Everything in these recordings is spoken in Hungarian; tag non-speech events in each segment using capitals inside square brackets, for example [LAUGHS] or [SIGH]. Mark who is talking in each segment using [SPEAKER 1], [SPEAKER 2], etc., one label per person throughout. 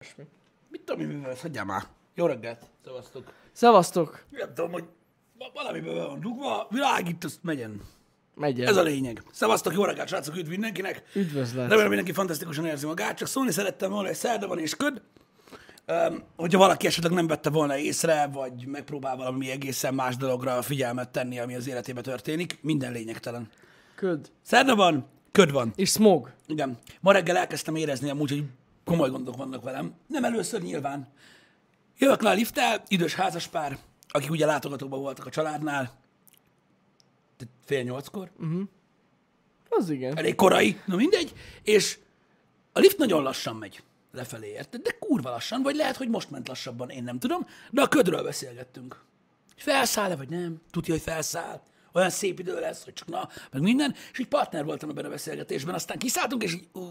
[SPEAKER 1] ilyesmi. Mit tudom én, mi van, hagyjál már. Jó reggelt, szevasztok.
[SPEAKER 2] Szevasztok!
[SPEAKER 1] Nem tudom, hogy va- valamiben be van dugva, világít, azt megyen.
[SPEAKER 2] Megy el.
[SPEAKER 1] Ez a lényeg. Szevasztok, jó reggelt, srácok, üdv mindenkinek.
[SPEAKER 2] Üdvözlet.
[SPEAKER 1] Remélem, mindenki fantasztikusan érzi magát, csak szólni szerettem volna, hogy szerda van és köd. Um, hogyha valaki esetleg nem vette volna észre, vagy megpróbál valami egészen más dologra figyelmet tenni, ami az életébe történik, minden lényegtelen.
[SPEAKER 2] Köd.
[SPEAKER 1] Szerda van, köd van.
[SPEAKER 2] És smog.
[SPEAKER 1] Igen. Ma reggel elkezdtem érezni amúgy, hogy komoly gondok vannak velem. Nem először nyilván. Jövök le a lifttel, idős házaspár, akik ugye látogatóban voltak a családnál, tehát fél nyolckor,
[SPEAKER 2] Az igen.
[SPEAKER 1] elég korai, na mindegy, és a lift nagyon lassan megy lefelé, érted? De kurva lassan, vagy lehet, hogy most ment lassabban, én nem tudom, de a ködről beszélgettünk. Hogy felszáll-e, vagy nem? Tudja, hogy felszáll. Olyan szép idő lesz, hogy csak na, meg minden. És így partner voltam ebben a beszélgetésben, aztán kiszálltunk, és így, ú,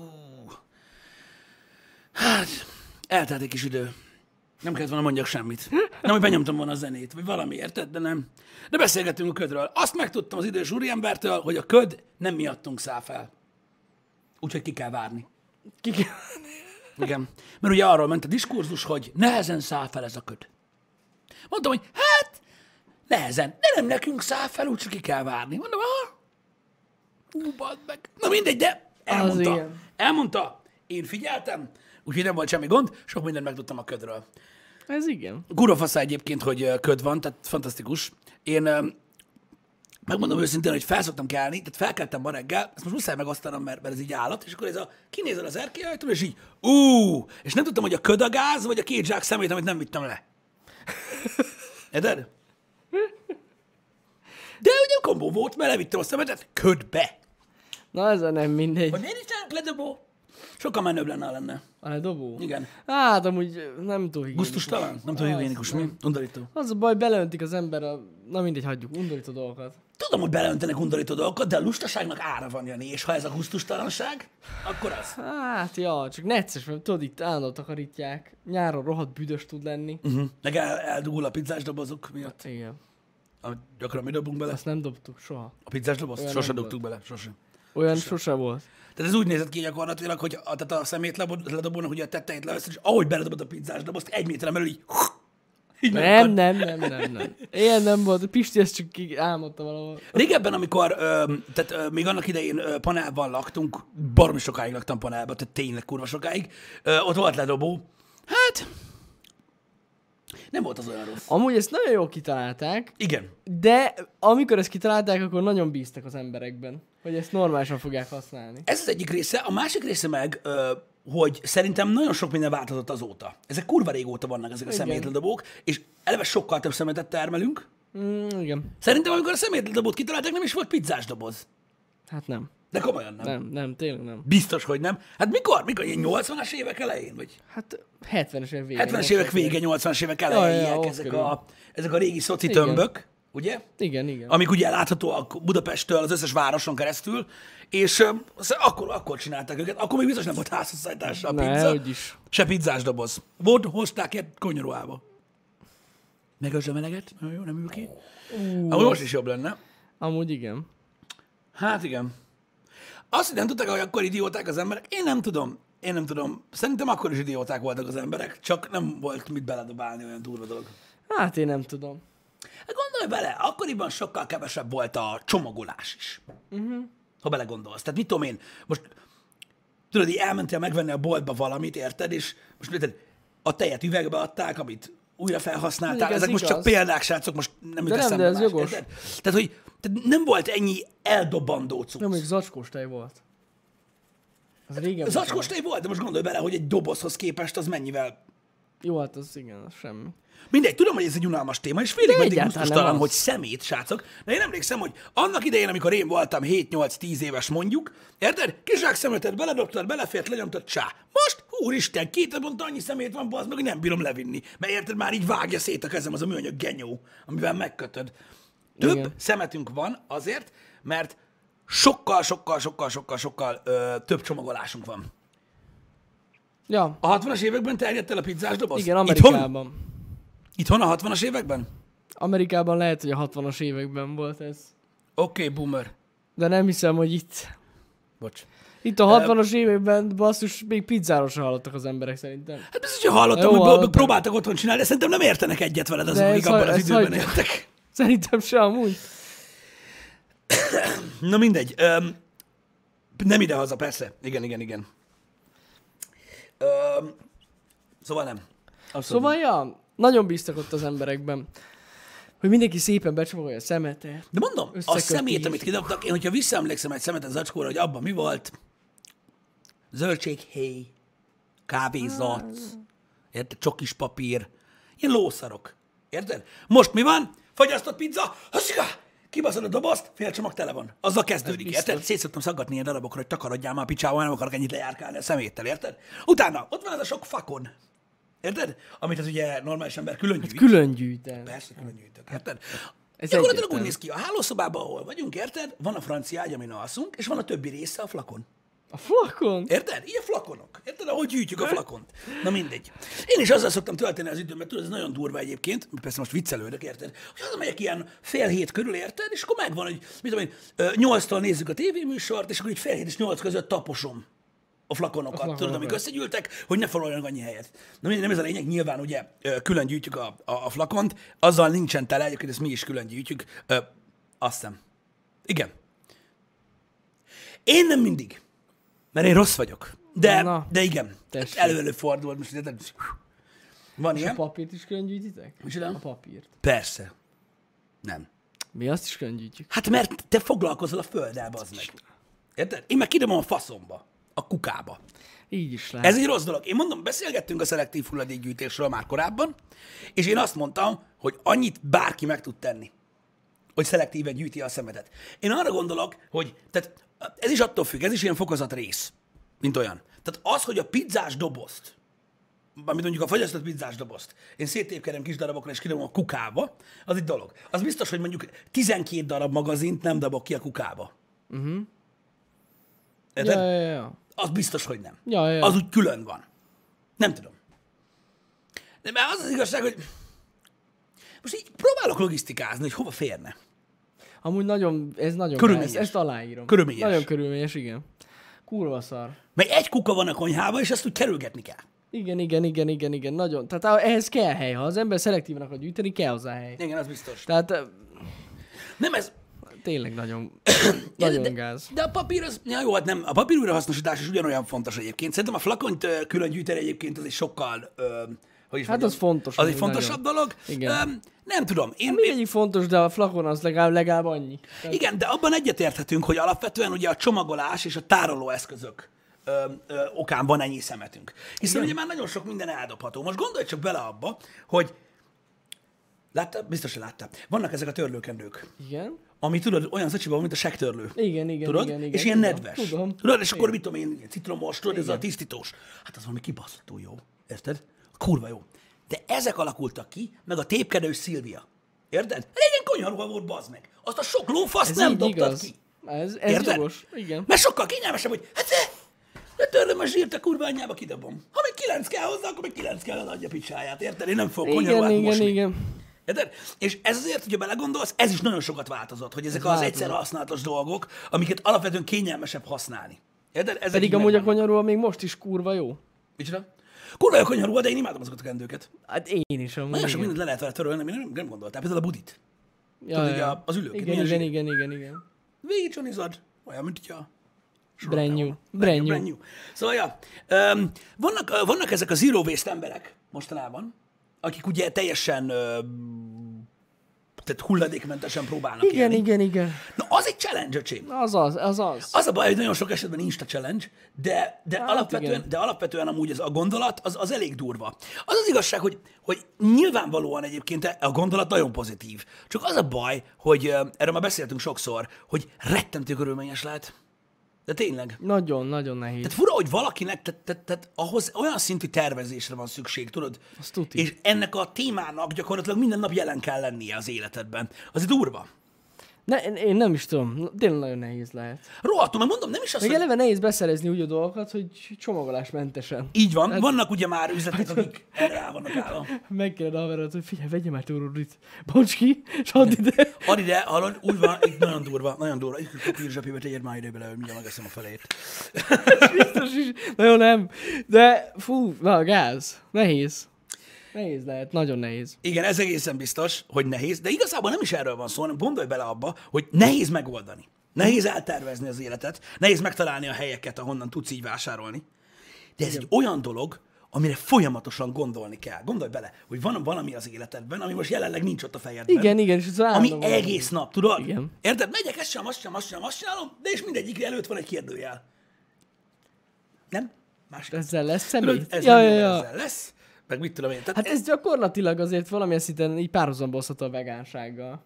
[SPEAKER 1] hát, eltelt egy kis idő. Nem kellett volna mondjak semmit. Nem, hogy benyomtam volna a zenét, vagy valami, érted? De nem. De beszélgettünk a ködről. Azt megtudtam az idős úriembertől, hogy a köd nem miattunk száll fel. Úgyhogy ki kell várni.
[SPEAKER 2] Ki kell...
[SPEAKER 1] Igen. Mert ugye arról ment a diskurzus, hogy nehezen száll fel ez a köd. Mondtam, hogy hát, nehezen. De nem nekünk száll fel, úgyhogy ki kell várni. Mondom, ha? Hú, bazd meg. Na mindegy, de elmondta.
[SPEAKER 2] igen.
[SPEAKER 1] Elmondta. Én figyeltem, úgyhogy nem volt semmi gond, sok mindent megtudtam a ködről.
[SPEAKER 2] Ez igen.
[SPEAKER 1] Gurafasza egyébként, hogy ö, köd van, tehát fantasztikus. Én ö, megmondom őszintén, hogy felszoktam kelni, tehát felkeltem ma reggel, ezt most muszáj megosztanom, mert, mert ez így állat, és akkor ez a, kinézel az erkélyajtól, és így, ú, és nem tudtam, hogy a köd a gáz, vagy a két zsák szemét, amit nem vittem le. Eder? De ugye kombó volt, mert levittem a szemetet ködbe.
[SPEAKER 2] Na ez a nem mindegy.
[SPEAKER 1] Vagy miért is nem ledobó? Sokkal menőbb lenne, ha lenne.
[SPEAKER 2] A ledobó?
[SPEAKER 1] Igen.
[SPEAKER 2] Hát amúgy ö, nem túl higiénikus.
[SPEAKER 1] Gusztustalan? Nem tudom, higiénikus, mi? Undorító.
[SPEAKER 2] Az a baj, beleöntik az ember a... Na mindegy, hagyjuk, undorító dolgokat.
[SPEAKER 1] Tudom, hogy beleöntenek undorító dolgokat, de a lustaságnak ára van, Jani, és ha ez a gusztustalanság, akkor az.
[SPEAKER 2] Hát, ja, csak necces, mert tudod, itt állandóan takarítják. Nyáron rohadt büdös tud lenni.
[SPEAKER 1] Uh-huh. Meg el, eldugul a pizzás dobozok miatt,
[SPEAKER 2] Igen.
[SPEAKER 1] amit gyakran mi dobunk bele.
[SPEAKER 2] Azt nem dobtuk soha.
[SPEAKER 1] A pizzás doboz?
[SPEAKER 2] Olyan
[SPEAKER 1] Sose
[SPEAKER 2] nem
[SPEAKER 1] dobtuk bele, sose.
[SPEAKER 2] Olyan sose volt.
[SPEAKER 1] Tehát ez úgy nézett ki gyakorlatilag, hogy a, tehát a szemét lebo- ledobónak ugye a tetejét levesz, és ahogy beledobod a pizzás dobozt, egy méteren belül így... így megakad.
[SPEAKER 2] Nem, nem, nem, nem, nem. Ilyen nem volt. Pisti ezt csak így álmodta valahol.
[SPEAKER 1] Régebben, amikor, ö, tehát ö, még annak idején ö, panelban laktunk, baromi sokáig laktam panelban, tehát tényleg kurva sokáig, ö, ott volt ledobó. Hát, nem volt az olyan rossz.
[SPEAKER 2] Amúgy ezt nagyon jól kitalálták,
[SPEAKER 1] Igen.
[SPEAKER 2] de amikor ezt kitalálták, akkor nagyon bíztak az emberekben, hogy ezt normálisan fogják használni.
[SPEAKER 1] Ez az egyik része. A másik része meg, ö, hogy szerintem nagyon sok minden változott azóta. Ezek kurva régóta vannak ezek a
[SPEAKER 2] Igen.
[SPEAKER 1] szemétledobók, és eleve sokkal több szemetet termelünk.
[SPEAKER 2] Mm, igen.
[SPEAKER 1] Szerintem, amikor a szemétledobót kitalálták, nem is volt pizzás doboz.
[SPEAKER 2] Hát nem.
[SPEAKER 1] De komolyan nem. nem.
[SPEAKER 2] Nem, nem, tényleg nem.
[SPEAKER 1] Biztos, hogy nem. Hát mikor? Mikor? Ilyen 80-as évek elején? Vagy?
[SPEAKER 2] Hát 70-es évek vége.
[SPEAKER 1] 70-es évek vége, 80-as évek elején
[SPEAKER 2] Ja, ja,
[SPEAKER 1] ja,
[SPEAKER 2] ott
[SPEAKER 1] ezek,
[SPEAKER 2] körül.
[SPEAKER 1] a, ezek a régi szoci
[SPEAKER 2] Igen.
[SPEAKER 1] tömbök, ugye?
[SPEAKER 2] Igen, igen.
[SPEAKER 1] Amik ugye láthatóak Budapesttől, az összes városon keresztül, és ö, az- akkor, akkor csinálták őket. Akkor még biztos nem volt házasszállítása a
[SPEAKER 2] Ne,
[SPEAKER 1] pizza.
[SPEAKER 2] hogyis.
[SPEAKER 1] Se pizzás doboz. Volt, hozták egy konyoruába. Megözd a meleget, nagyon jó, nem ül ki. Amúgy most is jobb lenne.
[SPEAKER 2] Amúgy igen.
[SPEAKER 1] Hát igen. Azt, hogy nem tudták, hogy akkor idióták az emberek, én nem tudom. Én nem tudom. Szerintem akkor is idióták voltak az emberek, csak nem volt mit beledobálni olyan durva dolog.
[SPEAKER 2] Hát én nem tudom.
[SPEAKER 1] Hát gondolj bele, akkoriban sokkal kevesebb volt a csomagolás is. Uh-huh. Ha belegondolsz. Tehát mit tudom én, most tudod, így elmentél megvenni a boltba valamit, érted, és most érted, a tejet üvegbe adták, amit újra felhasználták.
[SPEAKER 2] Ez
[SPEAKER 1] Ezek most csak
[SPEAKER 2] igaz.
[SPEAKER 1] példák, srácok, most nem jut
[SPEAKER 2] nem,
[SPEAKER 1] eszembe
[SPEAKER 2] de ez
[SPEAKER 1] más,
[SPEAKER 2] jogos.
[SPEAKER 1] érted? Tehát, hogy tehát nem volt ennyi eldobandó cucc.
[SPEAKER 2] Nem, még zacskós tej volt. Az régen volt.
[SPEAKER 1] Zacskos tej volt, de most gondolj bele, hogy egy dobozhoz képest az mennyivel...
[SPEAKER 2] Jó, hát az igen, az semmi.
[SPEAKER 1] Mindegy, tudom, hogy ez egy unalmas téma, és félig meddig
[SPEAKER 2] egyáltalán nem
[SPEAKER 1] gusztustalan,
[SPEAKER 2] az.
[SPEAKER 1] hogy szemét, srácok. De én emlékszem, hogy annak idején, amikor én voltam 7-8-10 éves mondjuk, érted? Kizsák szemetet beledobtad, belefért, lenyomtad, csá. Most, úristen, két naponta annyi szemét van, bazd meg, hogy nem bírom levinni. Mert érted, már így vágja szét a kezem az a műanyag genyó, amivel megkötöd. Több
[SPEAKER 2] Igen.
[SPEAKER 1] szemetünk van azért, mert sokkal, sokkal, sokkal, sokkal, sokkal ö, több csomagolásunk van.
[SPEAKER 2] Ja,
[SPEAKER 1] A 60-as években terjedt el a pizzás doboz?
[SPEAKER 2] igen,
[SPEAKER 1] Itthon?
[SPEAKER 2] Amerikában.
[SPEAKER 1] Itthon a 60-as években?
[SPEAKER 2] Amerikában lehet, hogy a 60-as években volt ez.
[SPEAKER 1] Oké, okay, boomer.
[SPEAKER 2] De nem hiszem, hogy itt.
[SPEAKER 1] Bocs.
[SPEAKER 2] Itt a 60-as években basszus még pizzáról sem hallottak az emberek szerintem.
[SPEAKER 1] Hát biztos, hogy hallottam,
[SPEAKER 2] Jó,
[SPEAKER 1] hogy hallottam.
[SPEAKER 2] hallottam.
[SPEAKER 1] próbáltak otthon csinálni, de szerintem nem értenek egyet veled azon,
[SPEAKER 2] De
[SPEAKER 1] amíg
[SPEAKER 2] ez
[SPEAKER 1] abban
[SPEAKER 2] ha-
[SPEAKER 1] az
[SPEAKER 2] ez
[SPEAKER 1] időben
[SPEAKER 2] hagyjuk.
[SPEAKER 1] éltek.
[SPEAKER 2] Szerintem se amúgy.
[SPEAKER 1] Na mindegy. Öm, nem ide-haza, persze. Igen, igen, igen. Öm, szóval nem. Abszolút.
[SPEAKER 2] Szóval, ja, nagyon bíztak ott az emberekben. Hogy mindenki szépen becsomagolja a szemetet.
[SPEAKER 1] De mondom, a
[SPEAKER 2] Összeköti
[SPEAKER 1] szemét,
[SPEAKER 2] is.
[SPEAKER 1] amit kidobtak, én hogyha visszaemlékszem egy szemet az zacskóra, hogy abban mi volt, zöldséghéj, kávézat, érted, csokis papír, ilyen lószarok, érted? Most mi van? Fogyasztott pizza, haszika! Kibaszod a dobozt, fél csomag tele van. Azzal kezdődik, érted? Szét szoktam szaggatni ilyen darabokra, hogy takarodjál már a picsába, nem akarok ennyit lejárkálni a szeméttel, érted? Utána ott van ez a sok fakon, érted? Amit az ugye normális ember külön gyűjt.
[SPEAKER 2] Külön gyűjtem.
[SPEAKER 1] Persze, külön gyűjtök, érted? Ez
[SPEAKER 2] Hát, Ez
[SPEAKER 1] Gyakorlatilag úgy
[SPEAKER 2] egyértelmű.
[SPEAKER 1] néz ki, a hálószobában, ahol vagyunk, érted? Van a francia ágy, amin alszunk, és van a többi része a flakon.
[SPEAKER 2] A flakon?
[SPEAKER 1] Érted? Ilyen flakonok. Érted? Ahogy gyűjtjük a flakont. Na mindegy. Én is azzal szoktam tölteni az időmet, tudod, ez nagyon durva egyébként, persze most viccelődök, érted? Hogy az megyek ilyen fél hét körül, érted? És akkor megvan, hogy mit tudom én, ö, nyolctól nézzük a tévéműsort, és akkor így fél hét és nyolc között taposom a flakonokat, a flakonokat. tudod, amik összegyűltek, hogy ne foglaljanak annyi helyet. Na mindegy, nem ez a lényeg, nyilván ugye ö, külön gyűjtjük a, a, a flakont, azzal nincsen tele, egyébként ezt mi is külön gyűjtjük. Ö, azt hiszem. Igen. Én nem mindig. Mert én rossz vagyok. De,
[SPEAKER 2] Na.
[SPEAKER 1] de igen.
[SPEAKER 2] Tessék.
[SPEAKER 1] Elő-elő fordul, most de, de, van
[SPEAKER 2] A
[SPEAKER 1] ilyen?
[SPEAKER 2] papírt is külön gyűjtitek?
[SPEAKER 1] Micsoda?
[SPEAKER 2] A papírt.
[SPEAKER 1] Persze. Nem.
[SPEAKER 2] Mi azt is külön gyűjtjük.
[SPEAKER 1] Hát mert te foglalkozol a földdel, az meg. Érted? Én meg kidobom a faszomba, a kukába.
[SPEAKER 2] Így is lehet.
[SPEAKER 1] Ez egy rossz dolog. Én mondom, beszélgettünk a szelektív hulladékgyűjtésről már korábban, és én azt mondtam, hogy annyit bárki meg tud tenni, hogy szelektíven gyűjti a szemetet. Én arra gondolok, hogy tehát ez is attól függ, ez is ilyen fokozat rész, mint olyan. Tehát az, hogy a pizzás dobozt, amit mondjuk a fagyasztott pizzás dobozt, én széttépkedem kis darabokra és kidobom a kukába, az egy dolog. Az biztos, hogy mondjuk 12 darab magazint nem dobok ki a kukába. Uh-huh. Érted?
[SPEAKER 2] Ja, ja, ja.
[SPEAKER 1] Az biztos, hogy nem.
[SPEAKER 2] Ja, ja, ja.
[SPEAKER 1] Az úgy külön van. Nem tudom. De már az az igazság, hogy most így próbálok logisztikázni, hogy hova férne.
[SPEAKER 2] Amúgy nagyon, ez nagyon,
[SPEAKER 1] Körülményes.
[SPEAKER 2] ezt, ezt aláírom.
[SPEAKER 1] Körülményes.
[SPEAKER 2] Nagyon körülményes, igen. Kurva szar.
[SPEAKER 1] Mert egy kuka van a konyhában, és ezt úgy kerülgetni kell.
[SPEAKER 2] Igen, igen, igen, igen, igen, nagyon. Tehát á- ehhez kell hely. Ha az ember szelektíven akar gyűjteni, kell hozzá hely.
[SPEAKER 1] Igen, az biztos.
[SPEAKER 2] Tehát ö,
[SPEAKER 1] Nem ez...
[SPEAKER 2] tényleg
[SPEAKER 1] [COUGHS]
[SPEAKER 2] nagyon,
[SPEAKER 1] Ja,
[SPEAKER 2] nagyon
[SPEAKER 1] de,
[SPEAKER 2] gáz.
[SPEAKER 1] De a papír az... Ja, jó, hát nem. A papír újrahasznosítás is ugyanolyan fontos egyébként. Szerintem a flakont ö, külön gyűjteni egyébként az egy sokkal... Ö, hogy is
[SPEAKER 2] Hát
[SPEAKER 1] mondjam,
[SPEAKER 2] az fontos,
[SPEAKER 1] Az egy
[SPEAKER 2] amúgy
[SPEAKER 1] fontosabb dolog.
[SPEAKER 2] Igen.
[SPEAKER 1] Ö, nem tudom. Én,
[SPEAKER 2] Mindegyik fontos, de a flakon az legalább, legalább annyi.
[SPEAKER 1] Igen, de abban egyetérthetünk, hogy alapvetően ugye a csomagolás és a tárolóeszközök ö, ö, okán van ennyi szemetünk. Hiszen ugye már nagyon sok minden eldobható. Most gondolj csak bele abba, hogy látta? Biztos, hogy látta. Vannak ezek a törlőkendők,
[SPEAKER 2] Igen?
[SPEAKER 1] ami tudod, olyan zacsiban van, mint a sektörlő.
[SPEAKER 2] Igen, igen,
[SPEAKER 1] tudod?
[SPEAKER 2] igen, igen.
[SPEAKER 1] és ilyen
[SPEAKER 2] tudom,
[SPEAKER 1] nedves.
[SPEAKER 2] Tudom.
[SPEAKER 1] Tudod, és akkor mit tudom én, ilyen citromos, tudod, ez a tisztítós. Hát az valami kibaszható jó. Érted? Kurva jó. De ezek alakultak ki, meg a tépkedő Szilvia. Érted? Régen konyharuha volt, bazd meg. Azt a sok lófaszt
[SPEAKER 2] Ez
[SPEAKER 1] nem
[SPEAKER 2] így
[SPEAKER 1] dobtad
[SPEAKER 2] igaz.
[SPEAKER 1] ki.
[SPEAKER 2] Ez, ez
[SPEAKER 1] Érted?
[SPEAKER 2] jogos. Igen.
[SPEAKER 1] Mert sokkal kényelmesebb, hogy hát eh, letörlöm a zsírt a kurva anyjába, kidobom. Ha még kilenc kell hozzá, akkor még kilenc kell az adja picsáját, érted? Én nem fogok
[SPEAKER 2] Igen,
[SPEAKER 1] konyharuhát mosni.
[SPEAKER 2] igen, igen.
[SPEAKER 1] Érted? És ez azért, hogyha belegondolsz, ez is nagyon sokat változott, hogy ezek az
[SPEAKER 2] változott.
[SPEAKER 1] egyszer használatos dolgok, amiket alapvetően kényelmesebb használni. Érted? Ez
[SPEAKER 2] Pedig amúgy a konyarul még most is kurva jó.
[SPEAKER 1] Micsoda? Kurva jó konyharúga, de én imádom azokat a kendőket.
[SPEAKER 2] Hát én is amúgy.
[SPEAKER 1] Nagyon sok
[SPEAKER 2] igen.
[SPEAKER 1] mindent le lehet vele törölni, amit nem, nem gondoltál. Például a budit.
[SPEAKER 2] Ja,
[SPEAKER 1] tudod,
[SPEAKER 2] ja.
[SPEAKER 1] így a- az ülők, milyen
[SPEAKER 2] Igen, igen,
[SPEAKER 1] zsír.
[SPEAKER 2] igen, igen, igen.
[SPEAKER 1] Végig csonizad, olyan, mint hogyha
[SPEAKER 2] Brand new.
[SPEAKER 1] Brand
[SPEAKER 2] Brand
[SPEAKER 1] new,
[SPEAKER 2] new.
[SPEAKER 1] brand new. Szóval, ja, um, vannak, ö, vannak ezek a zero waste emberek mostanában, akik ugye teljesen uh, tehát hulladékmentesen próbálnak
[SPEAKER 2] Igen,
[SPEAKER 1] élni.
[SPEAKER 2] igen, igen.
[SPEAKER 1] Na, az egy challenge, öcsém.
[SPEAKER 2] Az az, az az.
[SPEAKER 1] Az a baj, hogy nagyon sok esetben Insta challenge, de, de, hát alapvetően,
[SPEAKER 2] igen.
[SPEAKER 1] de alapvetően amúgy ez a gondolat, az, az elég durva. Az az igazság, hogy, hogy nyilvánvalóan egyébként a gondolat nagyon pozitív. Csak az a baj, hogy ö, erről már beszéltünk sokszor, hogy rettentő körülményes lehet. De tényleg.
[SPEAKER 2] Nagyon, nagyon nehéz.
[SPEAKER 1] Tehát fura, hogy valakinek, tehát, tehát, tehát ahhoz olyan szintű tervezésre van szükség, tudod?
[SPEAKER 2] Azt tuti.
[SPEAKER 1] És ennek a témának gyakorlatilag minden nap jelen kell lennie az életedben. Az durva.
[SPEAKER 2] Ne, én- én nem is tudom. Tényleg nagyon nehéz lehet.
[SPEAKER 1] Rohadtul, mert mondom, nem is az,
[SPEAKER 2] Meg
[SPEAKER 1] hogy...
[SPEAKER 2] eleve nehéz beszerezni úgy a dolgokat, hogy csomagolásmentesen. [LAUGHS]
[SPEAKER 1] Így van, vannak ugye már üzletek, akik erre rá vannak állva.
[SPEAKER 2] Megkéred a haverodat, hogy figyelj, vegyél már túrudit. Bonts ki, és add ide.
[SPEAKER 1] Add ide, hallod, úgy van, itt nagyon durva, nagyon durva. Itt a kvírzsapébe tegyed már ide bele, hogy mindjárt megeszem a felét.
[SPEAKER 2] Biztos is. Nagyon nem. De fú, na gáz. Nehéz. Nehéz lehet, nagyon nehéz.
[SPEAKER 1] Igen, ez egészen biztos, hogy nehéz, de igazából nem is erről van szó, hanem gondolj bele abba, hogy nehéz megoldani. Nehéz eltervezni az életet, nehéz megtalálni a helyeket, ahonnan tudsz így vásárolni. De ez egy olyan dolog, amire folyamatosan gondolni kell. Gondolj bele, hogy van valami az életedben, ami most jelenleg nincs ott a fejedben.
[SPEAKER 2] Igen, igen, és ez
[SPEAKER 1] Ami
[SPEAKER 2] állandóan-
[SPEAKER 1] egész nap, tudod?
[SPEAKER 2] Igen.
[SPEAKER 1] Érted? Megyek, ezt sem, azt sem, azt sem, azt csinálom, de és mindegyik előtt van egy kérdőjel. Nem? Másik.
[SPEAKER 2] Ezzel lesz személy?
[SPEAKER 1] Tudod, ez
[SPEAKER 2] ja,
[SPEAKER 1] nem
[SPEAKER 2] ja,
[SPEAKER 1] jó,
[SPEAKER 2] ja.
[SPEAKER 1] ezzel lesz. Meg mit tudom én. Tehát
[SPEAKER 2] Hát ez gyakorlatilag azért valamilyen szinten így párhuzambozható a vegánsággal.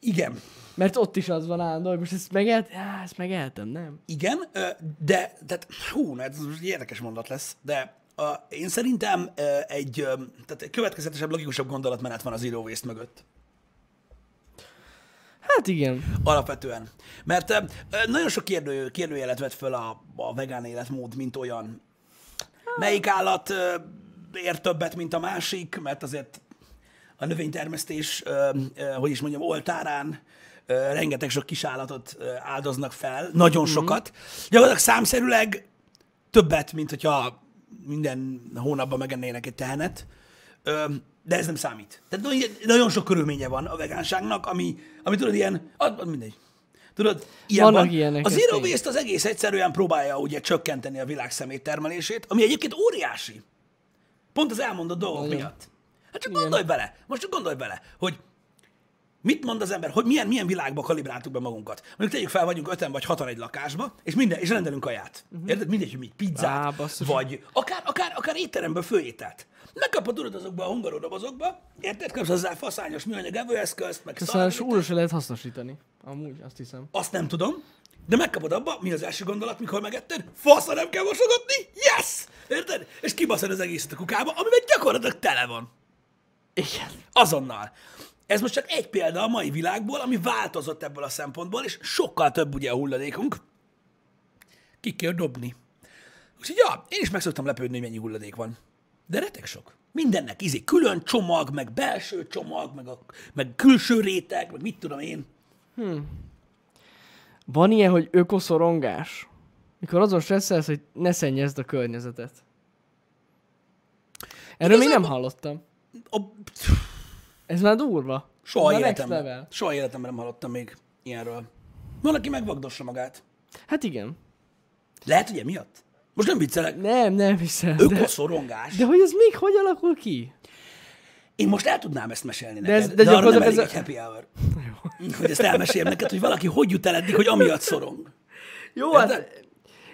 [SPEAKER 1] Igen,
[SPEAKER 2] Mert ott is az van állandó, hogy most ezt megelt, á, ezt megeltem, nem?
[SPEAKER 1] igen, ö, de, tehát, hú, na, ez most egy érdekes mondat lesz, de a, én szerintem ö, egy, ö, tehát egy következetesebb, logikusabb gondolatmenet van az Zero Waste mögött.
[SPEAKER 2] Hát igen.
[SPEAKER 1] Alapvetően. Mert ö, ö, nagyon sok kérdő, kérdőjelet vett föl a, a vegán életmód, mint olyan. Melyik állat ö, ér többet, mint a másik, mert azért a növénytermesztés, ö, ö, hogy is mondjam, oltárán ö, rengeteg sok kis állatot ö, áldoznak fel, nagyon
[SPEAKER 2] Mhm.
[SPEAKER 1] sokat. Gyakorlatilag számszerűleg többet, mint hogyha minden hónapban megennének egy tehenet, Ö, de ez nem számít. Tehát nagyon- nagyon sok körülménye van a vegánságnak, ami, ami tudod, ilyen, ad, ad mindegy. Tudod, ilyen
[SPEAKER 2] Vannak
[SPEAKER 1] van.
[SPEAKER 2] ilyenek,
[SPEAKER 1] A
[SPEAKER 2] ez
[SPEAKER 1] Zero
[SPEAKER 2] tény.
[SPEAKER 1] Waste az egész egyszerűen próbálja ugye csökkenteni a világ szeméttermelését, ami egyébként óriási. Pont az elmondott dolgok
[SPEAKER 2] Nagyon.
[SPEAKER 1] miatt. Hát csak gondolj bele, most csak gondolj bele, hogy Mit mond az ember, hogy milyen, milyen világba kalibráltuk be magunkat? Mondjuk tegyük fel, vagyunk öten vagy hatan egy lakásba, és, minden, és rendelünk kaját. Uh-huh. Érted? Mindegy, hogy mit, pizzát,
[SPEAKER 2] Mhm. Á,
[SPEAKER 1] Á,
[SPEAKER 2] basszus.
[SPEAKER 1] vagy akár, akár, akár étteremből főételt. Megkapod tudod azokba a hungarodobozokba, érted? Kapsz hozzá faszányos műanyag evőeszközt, meg
[SPEAKER 2] Aztán
[SPEAKER 1] szar,
[SPEAKER 2] újra se lehet hasznosítani. Amúgy, azt hiszem.
[SPEAKER 1] azt nem tudom, de megkapod abba, mi az első gondolat, mikor megetted? Faszra nem kell mosogatni? Yes! Érted? És kibaszod az egészet a kukába, amiben gyakorlatilag tele van.
[SPEAKER 2] Igen.
[SPEAKER 1] Azonnal. Ez most csak egy példa a mai világból, ami változott ebből a szempontból, és sokkal több ugye a hulladékunk. Ki kell dobni. Úgyhogy ja, én is meg szoktam lepődni, hogy mennyi hulladék van. De retek sok. Mindennek ízik. Külön csomag, meg belső csomag, meg, a, meg külső réteg, meg mit tudom én.
[SPEAKER 2] Van ilyen, hogy ökoszorongás? Mikor azon stresszelsz, hogy ne szennyezd a környezetet. Erről még nem
[SPEAKER 1] Igazából-
[SPEAKER 2] hallottam.
[SPEAKER 1] A,
[SPEAKER 2] Ez már durva.
[SPEAKER 1] soha
[SPEAKER 2] Na, next
[SPEAKER 1] életemben.
[SPEAKER 2] level.
[SPEAKER 1] Soha életemben nem hallottam még ilyenről. Van, aki megvagdossa magát.
[SPEAKER 2] Hát igen.
[SPEAKER 1] Lehet, hogy emiatt? Most nem viccelek.
[SPEAKER 2] Nem, nem hiszem. De,
[SPEAKER 1] Ökoszorongás.
[SPEAKER 2] de hogy ez még hogy alakul ki?
[SPEAKER 1] Én most el tudnám ezt mesélni
[SPEAKER 2] ez-
[SPEAKER 1] neked, de,
[SPEAKER 2] de
[SPEAKER 1] de arra nem
[SPEAKER 2] gyakorlatilag
[SPEAKER 1] elég
[SPEAKER 2] ez
[SPEAKER 1] egy happy
[SPEAKER 2] [LAUGHS]
[SPEAKER 1] hour. Hogy ezt elmeséljem neked, hogy valaki hogy jut el eddig, hogy amiatt szorong.
[SPEAKER 2] Jó,
[SPEAKER 1] Érted?
[SPEAKER 2] hát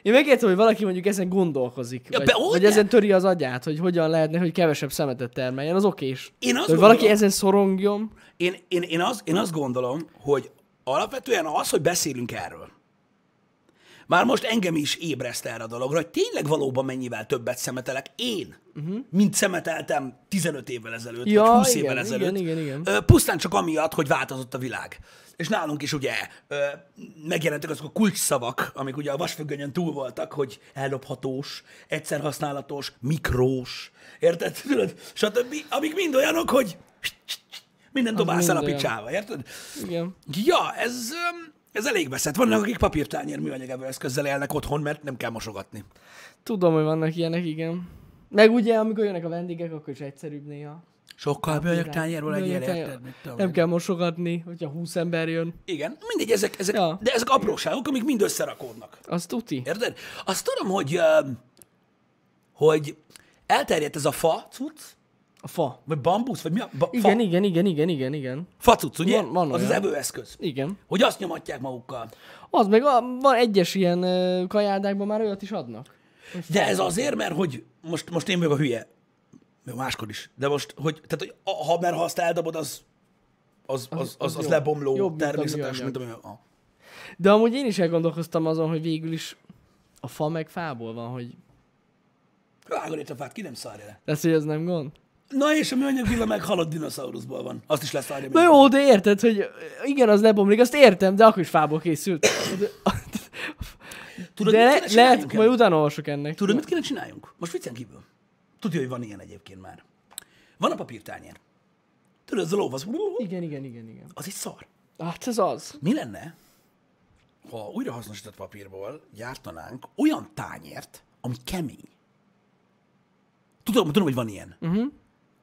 [SPEAKER 2] én megértem, hogy valaki mondjuk ezen gondolkozik,
[SPEAKER 1] Ja,
[SPEAKER 2] vagy,
[SPEAKER 1] be- hogy
[SPEAKER 2] vagy
[SPEAKER 1] ne?
[SPEAKER 2] ezen töri az agyát, hogy hogyan lehetne, hogy kevesebb szemetet termeljen, az okés.
[SPEAKER 1] Én azt
[SPEAKER 2] De hogy valaki
[SPEAKER 1] gondolom-
[SPEAKER 2] ezen szorongjon,
[SPEAKER 1] Én, én, én, az, én azt gondolom, hogy alapvetően az, hogy beszélünk erről, már most engem is ébreszt erre a dologra, hogy tényleg valóban mennyivel többet szemetelek én, uh-huh. mint szemeteltem 15 évvel ezelőtt,
[SPEAKER 2] Mhm. Ja,
[SPEAKER 1] vagy 20
[SPEAKER 2] igen,
[SPEAKER 1] évvel
[SPEAKER 2] igen,
[SPEAKER 1] ezelőtt.
[SPEAKER 2] igen, igen.
[SPEAKER 1] Ö, Pusztán csak amiatt, hogy változott a világ. És nálunk is ugye ö, megjelentek azok a kulcsszavak, amik ugye a vasfüggönyön túl voltak, hogy eldobhatós, egyszerhasználatos, mikrós, érted? Tudod? Stb. Amik mind olyanok, hogy minden dobálsz el a
[SPEAKER 2] mind olyan.
[SPEAKER 1] picsába, érted?
[SPEAKER 2] igen.
[SPEAKER 1] Ja, ez, öm, ez elég veszett. Vannak, akik papírtányér műanyag evőeszközzel élnek otthon, mert nem kell mosogatni.
[SPEAKER 2] Tudom, hogy vannak ilyenek, igen. Meg ugye, amikor jönnek a vendégek, akkor is egyszerűbb néha.
[SPEAKER 1] Sokkal műanyag Hát tányérból egy
[SPEAKER 2] Műanyag
[SPEAKER 1] ilyen
[SPEAKER 2] tányér.
[SPEAKER 1] érted, mit tudom
[SPEAKER 2] Nem
[SPEAKER 1] én.
[SPEAKER 2] kell mosogatni, hogyha 20 ember jön.
[SPEAKER 1] Igen, mindegy, ezek, ezek,
[SPEAKER 2] Ja.
[SPEAKER 1] de ezek apróságok, amik mind összerakódnak.
[SPEAKER 2] Az tuti.
[SPEAKER 1] Érted? Azt tudom, hogy, öm, hogy elterjedt ez a fa cucc,
[SPEAKER 2] A fa.
[SPEAKER 1] vagy bambusz, vagy mi a ba,
[SPEAKER 2] Igen,
[SPEAKER 1] fa,
[SPEAKER 2] igen, igen, igen, igen, igen.
[SPEAKER 1] fa cucc, ugye?
[SPEAKER 2] Van- van
[SPEAKER 1] az az
[SPEAKER 2] olyan.
[SPEAKER 1] evőeszköz.
[SPEAKER 2] Igen.
[SPEAKER 1] Hogy azt nyomatják magukkal.
[SPEAKER 2] Az meg a, van egyes ilyen ö, kajádákban már olyat is adnak.
[SPEAKER 1] De ez azért, mert hogy most, most én vagyok a hülye, Jó, máskor is, de most, hogy, tehát, hogy a- ha, mert ha azt eldobod, az, az, az, az,
[SPEAKER 2] az
[SPEAKER 1] az
[SPEAKER 2] jó.
[SPEAKER 1] lebomló
[SPEAKER 2] Jobb, mint a
[SPEAKER 1] természetes, mint
[SPEAKER 2] műanyag.
[SPEAKER 1] ami a...
[SPEAKER 2] De amúgy én is elgondolkoztam azon, hogy végül is a fa meg fából van, hogy
[SPEAKER 1] Vágod itt a fát, ki nem szarja le.
[SPEAKER 2] lesz, hogy ez nem gond.
[SPEAKER 1] Na és a műanyag villa meg halott dinoszauruszból van. Azt is leszárja.
[SPEAKER 2] Na jó, de érted, hogy igen, az lebomlik, azt értem, de akkor is fából készült.
[SPEAKER 1] [COUGHS] Tudod,
[SPEAKER 2] De
[SPEAKER 1] mit
[SPEAKER 2] le,
[SPEAKER 1] kéne csináljunk
[SPEAKER 2] lehet, majd
[SPEAKER 1] ennek?
[SPEAKER 2] utána olvasok ennek.
[SPEAKER 1] Tudod, mit kéne csináljunk? Most viccen kívül. Tudja, hogy van ilyen egyébként már. Van a papírtányér. Tudod, az a lóv, az,
[SPEAKER 2] Igen, igen, igen, igen.
[SPEAKER 1] az egy szar.
[SPEAKER 2] Hát ez az.
[SPEAKER 1] Mi lenne, ha újrahasznosított papírból gyártanánk olyan tányért, ami kemény? Tudom, tudom hogy van ilyen.
[SPEAKER 2] Mhm.
[SPEAKER 1] Uh-huh.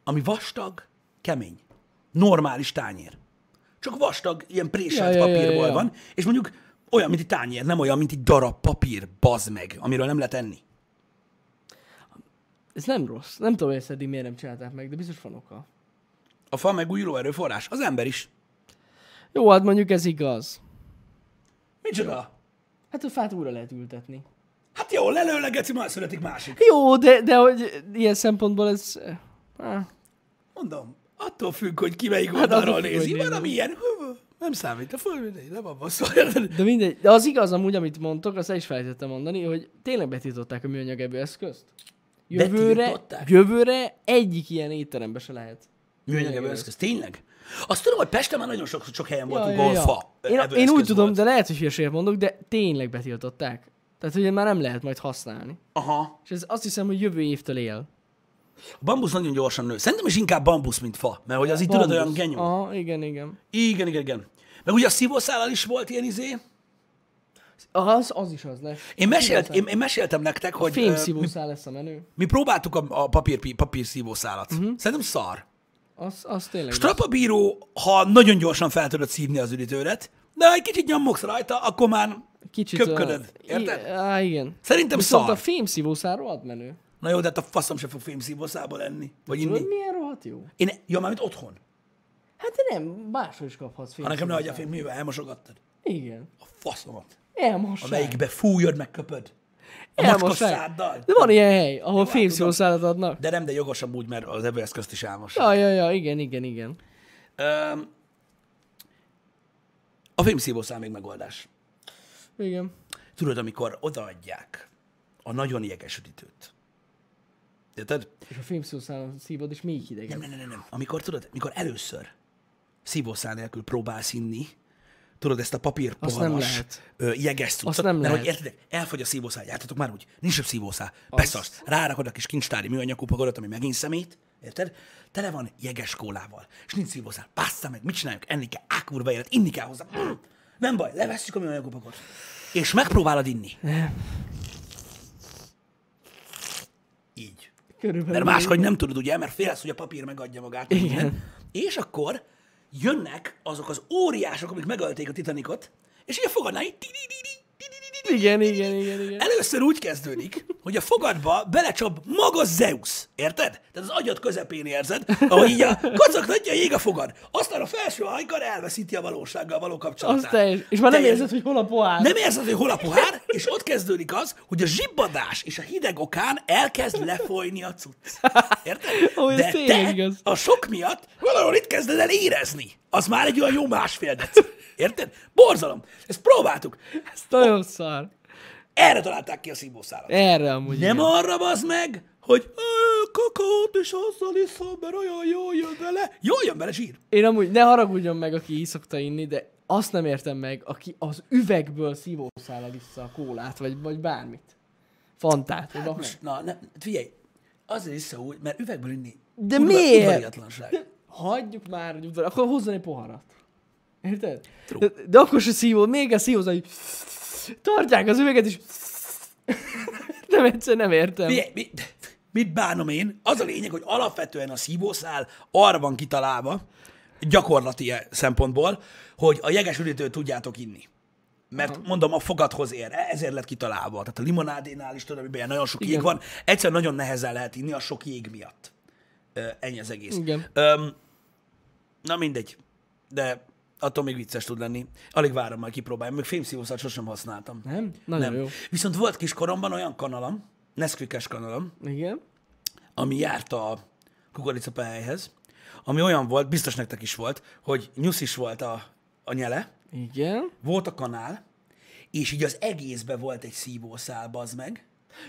[SPEAKER 1] Ami vastag, kemény. Normális tányér. Csak vastag, ilyen préselt
[SPEAKER 2] Ja, ja, ja,
[SPEAKER 1] papírból
[SPEAKER 2] ja, ja.
[SPEAKER 1] van, és mondjuk olyan, mint egy tányér, nem olyan, mint egy darab papír, bazd meg, amiről nem lehet enni.
[SPEAKER 2] Ez nem rossz. Nem tudom, hogy ezt eddig miért nem csinálták meg, de biztos van oka.
[SPEAKER 1] A fa megújuló erőforrás, az ember is.
[SPEAKER 2] Jó, hát mondjuk ez igaz.
[SPEAKER 1] Micsoda?
[SPEAKER 2] Hát a fát újra lehet ültetni.
[SPEAKER 1] Hát jó, lelőlegeci, majd születik másik.
[SPEAKER 2] Jó, de, de hogy ilyen szempontból ez... Ah,
[SPEAKER 1] Mondom, attól függ, hogy ki melyik
[SPEAKER 2] Hát attól
[SPEAKER 1] oldalról
[SPEAKER 2] függ,
[SPEAKER 1] nézi.
[SPEAKER 2] hogy
[SPEAKER 1] Van,
[SPEAKER 2] nézem.
[SPEAKER 1] ami ilyen, hú, nem számít, a föl mindegy, le van baszva. érted?
[SPEAKER 2] de mindegy. De az igaz amúgy, amit mondtok, azt el is felejtettem mondani, hogy tényleg betiltották a műanyag ebből eszközt. Jövőre,
[SPEAKER 1] Betiltották?
[SPEAKER 2] jövőre egyik ilyen étterembe se lehet.
[SPEAKER 1] Műanyag eszköz, tényleg? Azt tudom, hogy Pesten már nagyon sok, sok helyen voltunk,
[SPEAKER 2] Ja, ja,
[SPEAKER 1] ahol
[SPEAKER 2] ja.
[SPEAKER 1] fa.
[SPEAKER 2] Én,
[SPEAKER 1] ebből
[SPEAKER 2] én úgy
[SPEAKER 1] eszköz
[SPEAKER 2] tudom,
[SPEAKER 1] eh, volt.
[SPEAKER 2] de lehet, hogy hülyeséget mondok, de tényleg betiltották. Tehát ugye már nem lehet majd használni.
[SPEAKER 1] Aha.
[SPEAKER 2] És ez azt hiszem, hogy jövő évtől él.
[SPEAKER 1] A bambusz nagyon gyorsan nő. Szerintem is inkább bambusz, mint fa, mert hogy az itt tudod
[SPEAKER 2] Bambusz. Ah.
[SPEAKER 1] olyan genyó.
[SPEAKER 2] Aha, igen, igen.
[SPEAKER 1] Igen, igen, igen. Meg ugye a szívószállal is volt ilyen izé.
[SPEAKER 2] Aha, az, az is az lesz.
[SPEAKER 1] Én, mesélt, én, én meséltem nektek, hogy
[SPEAKER 2] Fém
[SPEAKER 1] ö,
[SPEAKER 2] szívószál lesz a menő.
[SPEAKER 1] mi próbáltuk a, a papír, papír szívószálat.
[SPEAKER 2] Mhm.
[SPEAKER 1] Uh-huh. Szerintem szar.
[SPEAKER 2] Az, az tényleg. lesz.
[SPEAKER 1] Strapabíró, ha nagyon gyorsan fel tudod szívni az üdítőret, de ha egy kicsit nyomogsz rajta, akkor már
[SPEAKER 2] Kicsit
[SPEAKER 1] köpködöd.
[SPEAKER 2] olyan-
[SPEAKER 1] Érted?
[SPEAKER 2] I- Á, igen.
[SPEAKER 1] Szerintem
[SPEAKER 2] Viszont
[SPEAKER 1] szar.
[SPEAKER 2] a fém szívószál rohadt menő.
[SPEAKER 1] Na jó, de hát a faszom sem fog fémszívószából enni, vagy inni.
[SPEAKER 2] Tudod, milyen rohadt jó?
[SPEAKER 1] Én, ja, mármint otthon.
[SPEAKER 2] Hát de nem, máshol is kaphatsz fém
[SPEAKER 1] Ha nekem ne hagyja a
[SPEAKER 2] szívószálat.
[SPEAKER 1] fém, mivel elmosogattad?
[SPEAKER 2] Igen.
[SPEAKER 1] A faszomat.
[SPEAKER 2] Elmossák.
[SPEAKER 1] Amelyikbe fújod, meg köpöd. A macskos
[SPEAKER 2] Elmossák.
[SPEAKER 1] száddal.
[SPEAKER 2] De van ilyen hely, ahol
[SPEAKER 1] hát tudom.
[SPEAKER 2] fém szívószálat adnak.
[SPEAKER 1] De nem, de jogosabb úgy, mert az evőeszközt is álmos.
[SPEAKER 2] Ja, ja, ja, igen, igen, igen.
[SPEAKER 1] Öm, A fémszívószál még megoldás.
[SPEAKER 2] Igen.
[SPEAKER 1] Tudod, amikor odaadják a nagyon jeges üdítőt. Érted?
[SPEAKER 2] És a fémszószálon szívod, és még hidegebb.
[SPEAKER 1] Nem, nem, nem, nem. Amikor tudod, amikor először szívószál nélkül próbálsz inni, tudod, ezt a papír
[SPEAKER 2] Azt nem
[SPEAKER 1] poharas,
[SPEAKER 2] lehet.
[SPEAKER 1] ö, jeges cuccot,
[SPEAKER 2] Azt nem
[SPEAKER 1] mert hogy
[SPEAKER 2] lehet.
[SPEAKER 1] érted, elfogy a szívószál, jártatok már úgy, nincs több szívószál, beszarsz, rárakod a kis kincstári műanyag kupagodat, ami megint szemét, érted? Tele van jeges kólával, és nincs szívószál, bassza meg, mit csináljunk, enni kell, á, kurva élet, inni kell hozzá, Mm. nem baj, levesszük a műanyag kupagot, és megpróbálod inni. Így.
[SPEAKER 2] Körülbelül.
[SPEAKER 1] Mert máshogy nem tudod, ugye, mert félsz, hogy a papír megadja magát. meg Minden. És akkor jönnek azok az óriások, amik megölték a Titanicot, és így a fogadnál így ti-di-di-di, ti-di-di-di.
[SPEAKER 2] Igen, igen, igen, igen.
[SPEAKER 1] Először úgy kezdődik, hogy a fogadba belecsap maga Zeus, érted? Tehát az agyad közepén érzed, ahogy így a kocogtatja a jég a fogad. Aztán a felső ajkar elveszíti a valósággal való kapcsolatát.
[SPEAKER 2] Az teljes. És már nem
[SPEAKER 1] Teljes-
[SPEAKER 2] érzed, hogy hol a poár.
[SPEAKER 1] nem érzed, hogy hol a pohár, és ott kezdődik az, hogy a zsibbadás és a hideg okán elkezd lefolyni a cucc. Érted?
[SPEAKER 2] Ó, ez
[SPEAKER 1] De
[SPEAKER 2] tényleg
[SPEAKER 1] te
[SPEAKER 2] igaz.
[SPEAKER 1] a sok miatt valahol itt kezded el érezni. Az már egy olyan jó másfél deci. Érted? Borzalom. Ezt próbáltuk.
[SPEAKER 2] Ez nagyon szar.
[SPEAKER 1] Erre találták ki a szívószálat.
[SPEAKER 2] Erre amúgy.
[SPEAKER 1] Nem
[SPEAKER 2] igen.
[SPEAKER 1] arra bazd meg, hogy "Ö, kakaót és azzal iszom, mert olyan jól jön vele. Jól jön vele zsír.
[SPEAKER 2] Én amúgy ne haragudjon meg, aki így szokta inni, de azt nem értem meg, aki az üvegből szívószála vissza a kólát, vagy, vagy bármit. Fantát, vagy bármit.
[SPEAKER 1] Hát Most, na, ne, figyelj, azért is úgy, mert üvegből inni.
[SPEAKER 2] De
[SPEAKER 1] kurva
[SPEAKER 2] miért?
[SPEAKER 1] udvariatlanság.
[SPEAKER 2] Hagyjuk már, hogy udvar, akkor hozzon egy poharat. Érted?
[SPEAKER 1] True.
[SPEAKER 2] De, de, akkor se szívó, még a szívózza, hogy tartják az üveget, és nem egyszer nem értem.
[SPEAKER 1] Figyelj, mi, mit bánom én? Az a lényeg, hogy alapvetően a szívószál arra van kitalálva, gyakorlati szempontból, hogy a jeges üdítőt tudjátok inni. Mert mondom, a fogadhoz ér, E- ezért lett kitalálva. Tehát a limonádénál is tudom, amiben ilyen nagyon sok jég
[SPEAKER 2] Igen.
[SPEAKER 1] van. Egyszer nagyon nehezen lehet inni a sok jég miatt. Ö, ennyi az egész.
[SPEAKER 2] Igen.
[SPEAKER 1] Öm, na mindegy. De attól még vicces tud lenni. Alig várom, majd kipróbáljam. Még fémszívószát sosem használtam.
[SPEAKER 2] Nem? Nagyon jó.
[SPEAKER 1] Viszont volt kiskoromban olyan kanalam, Nesquikes kanalam,
[SPEAKER 2] Igen.
[SPEAKER 1] ami járt a kukoricapályához, ami olyan volt, biztos nektek is volt, hogy nyusz is volt a, a nyele,
[SPEAKER 2] Igen.
[SPEAKER 1] volt a kanál, és így az egészbe volt egy szívószál, bazd meg,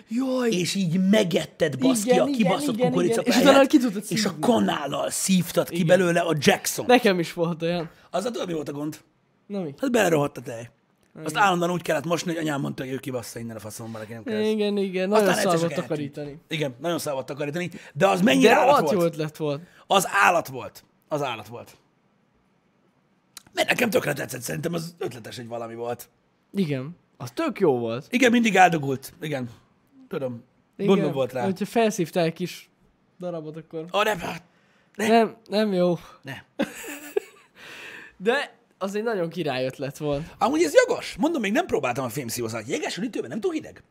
[SPEAKER 2] Jaj,
[SPEAKER 1] és így megetted baszki
[SPEAKER 2] Igen,
[SPEAKER 1] a
[SPEAKER 2] igen,
[SPEAKER 1] kibaszott
[SPEAKER 2] igen,
[SPEAKER 1] kukoricapáját,
[SPEAKER 2] igen. És utána ki tudtad
[SPEAKER 1] és a
[SPEAKER 2] szívni.
[SPEAKER 1] kanállal szívtad ki belőle a Jackson.
[SPEAKER 2] nekem is volt olyan.
[SPEAKER 1] Azzal tudod, mi volt a gond?
[SPEAKER 2] Na mi?
[SPEAKER 1] Hát belerohadt a tej. Azt állandóan úgy kellett mosni, hogy anyám mondta, hogy ő kibassza innen a faszomban, aki nem kell. ezt.
[SPEAKER 2] Igen, igen, nagyon
[SPEAKER 1] Aztán egyszer csak
[SPEAKER 2] szar volt
[SPEAKER 1] eltűnt.
[SPEAKER 2] takarítani.
[SPEAKER 1] Igen, nagyon szar volt takarítani, de az mennyire
[SPEAKER 2] De
[SPEAKER 1] állat
[SPEAKER 2] rohadt
[SPEAKER 1] volt?
[SPEAKER 2] jó ötlet volt.
[SPEAKER 1] Az állat volt. Az állat volt. Mert nekem tökre tetszett, szerintem az ötletes, hogy valami volt.
[SPEAKER 2] Igen, az tök jó volt.
[SPEAKER 1] Igen, mindig áldogult. Igen. Tudom.
[SPEAKER 2] Igen,
[SPEAKER 1] Gondom volt rá.
[SPEAKER 2] Hogyha felszívtál egy kis darabot, akkor...
[SPEAKER 1] A ne,
[SPEAKER 2] Nem, nem jó.
[SPEAKER 1] ne.
[SPEAKER 2] De az egy nagyon király ötlet volt.
[SPEAKER 1] Amúgy ez jogos. Mondom, még nem próbáltam a fémszívózat. Jéges ütőben nem túl hideg.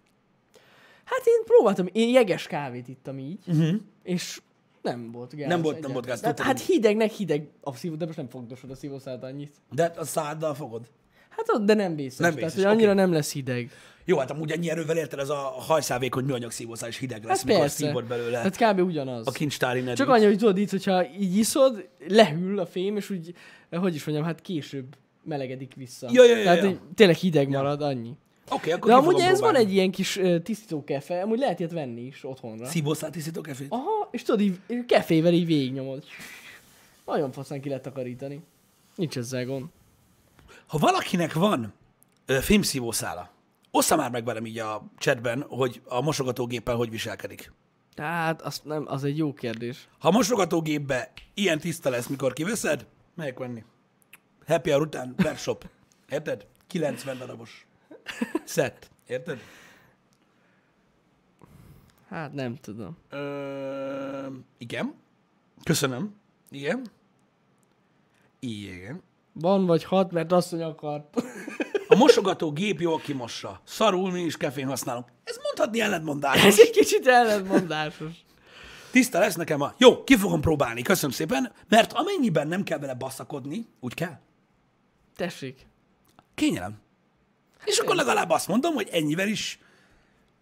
[SPEAKER 2] Hát én próbáltam, én jeges kávét ittam így, uh-huh. és nem volt gáz.
[SPEAKER 1] Mhm. Nem volt- nem volt gáz,
[SPEAKER 2] egyáltalán. Hát,
[SPEAKER 1] tudtam.
[SPEAKER 2] hát hidegnek hideg a szívó, de most nem fogdosod a szívószállat annyit.
[SPEAKER 1] De a száddal fogod.
[SPEAKER 2] Hát ott, de nem vészes.
[SPEAKER 1] Nem
[SPEAKER 2] Nem
[SPEAKER 1] vészes,
[SPEAKER 2] tehát, hogy annyira
[SPEAKER 1] oké.
[SPEAKER 2] nem lesz hideg.
[SPEAKER 1] Jó, hát amúgy ennyi erővel érted, ez a hajszálvékony műanyag szívószál is hideg lesz,
[SPEAKER 2] Hát
[SPEAKER 1] hát mikor
[SPEAKER 2] persze.
[SPEAKER 1] szívod belőle
[SPEAKER 2] Hát kb. ugyanaz.
[SPEAKER 1] a kincstári nedvét.
[SPEAKER 2] Csak annyi, hogy tudod így, hogyha így iszod, lehűl a fém, és úgy, eh, hogy is mondjam, hát később melegedik vissza.
[SPEAKER 1] Ja, ja, ja,
[SPEAKER 2] Tehát
[SPEAKER 1] ja.
[SPEAKER 2] így tényleg hideg marad, annyi.
[SPEAKER 1] Oké, okay, akkor
[SPEAKER 2] De
[SPEAKER 1] ki
[SPEAKER 2] amúgy
[SPEAKER 1] fogom
[SPEAKER 2] ez van
[SPEAKER 1] próbálni.
[SPEAKER 2] egy ilyen kis eh, tisztító kefe, amúgy lehet ilyet venni is otthonra.
[SPEAKER 1] Szívószál tisztító kefét?
[SPEAKER 2] Aha, és tudod, így így kefével így végignyomod. Nagyon faszán ki lehet takarítani. Nincs ezzel gond.
[SPEAKER 1] Ha valakinek van ö, fémszívószála, ossza már meg velem így a chatben, hogy a mosogatógéppel hogy viselkedik.
[SPEAKER 2] Hát, az, nem, az egy jó kérdés.
[SPEAKER 1] Ha a mosogatógépbe ilyen tiszta lesz, mikor kiveszed, melyek venni? Happy hour után webshop. Érted? 90 darabos. Szett. Érted?
[SPEAKER 2] Hát nem tudom.
[SPEAKER 1] Ö, igen. Köszönöm. Igen. Igen.
[SPEAKER 2] Van vagy hat, mert asszony akart. [LAUGHS]
[SPEAKER 1] A mosogatógép jól kimossa. Szarul, mi is kefén használunk. Ez mondhatni ellentmondás.
[SPEAKER 2] Ez egy kicsit ellentmondásos.
[SPEAKER 1] Tiszta lesz nekem a... Jó, ki fogom próbálni, köszönöm szépen, mert amennyiben nem kell vele basszakodni, úgy kell.
[SPEAKER 2] Tessék.
[SPEAKER 1] Kényelem. És akkor legalább azt mondom, hogy ennyivel is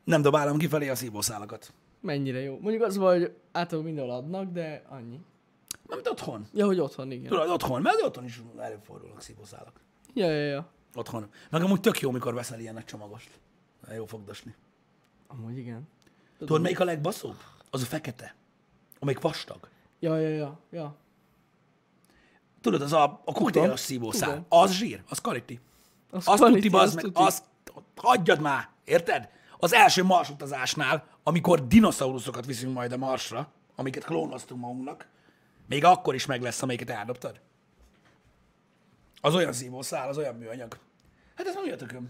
[SPEAKER 1] nem dobálom kifelé a szívószálakat.
[SPEAKER 2] Mennyire jó. Mondjuk az van, hogy általában mindenhol adnak, de annyi.
[SPEAKER 1] Mert otthon.
[SPEAKER 2] Ja, hogy otthon, igen.
[SPEAKER 1] Tudod, otthon, mert otthon is előfordulnak szívószálak.
[SPEAKER 2] Ja, ja, ja.
[SPEAKER 1] Otthon. Meg amúgy tök jó, mikor veszel ilyen nagy csomagost. Nagyon Jó fogdosni.
[SPEAKER 2] Amúgy igen.
[SPEAKER 1] Tudod, melyik a legbaszóbb? Az a fekete. Amelyik vastag.
[SPEAKER 2] Ja, ja, ja, ja.
[SPEAKER 1] Tudod, az a, a koktélos szívószál.
[SPEAKER 2] tudom.
[SPEAKER 1] Az zír, az kariti.
[SPEAKER 2] Az
[SPEAKER 1] Azt
[SPEAKER 2] quality,
[SPEAKER 1] tuti, bazd
[SPEAKER 2] az
[SPEAKER 1] meg,
[SPEAKER 2] tuti.
[SPEAKER 1] azt hagyjad már, érted? Az első marsutazásnál, amikor dinoszauruszokat viszünk majd a marsra, amiket klónoztunk magunknak, még akkor is meg lesz, amelyiket eldobtad. Az olyan szívószál, az olyan műanyag. Hát ez nem olyan tököm.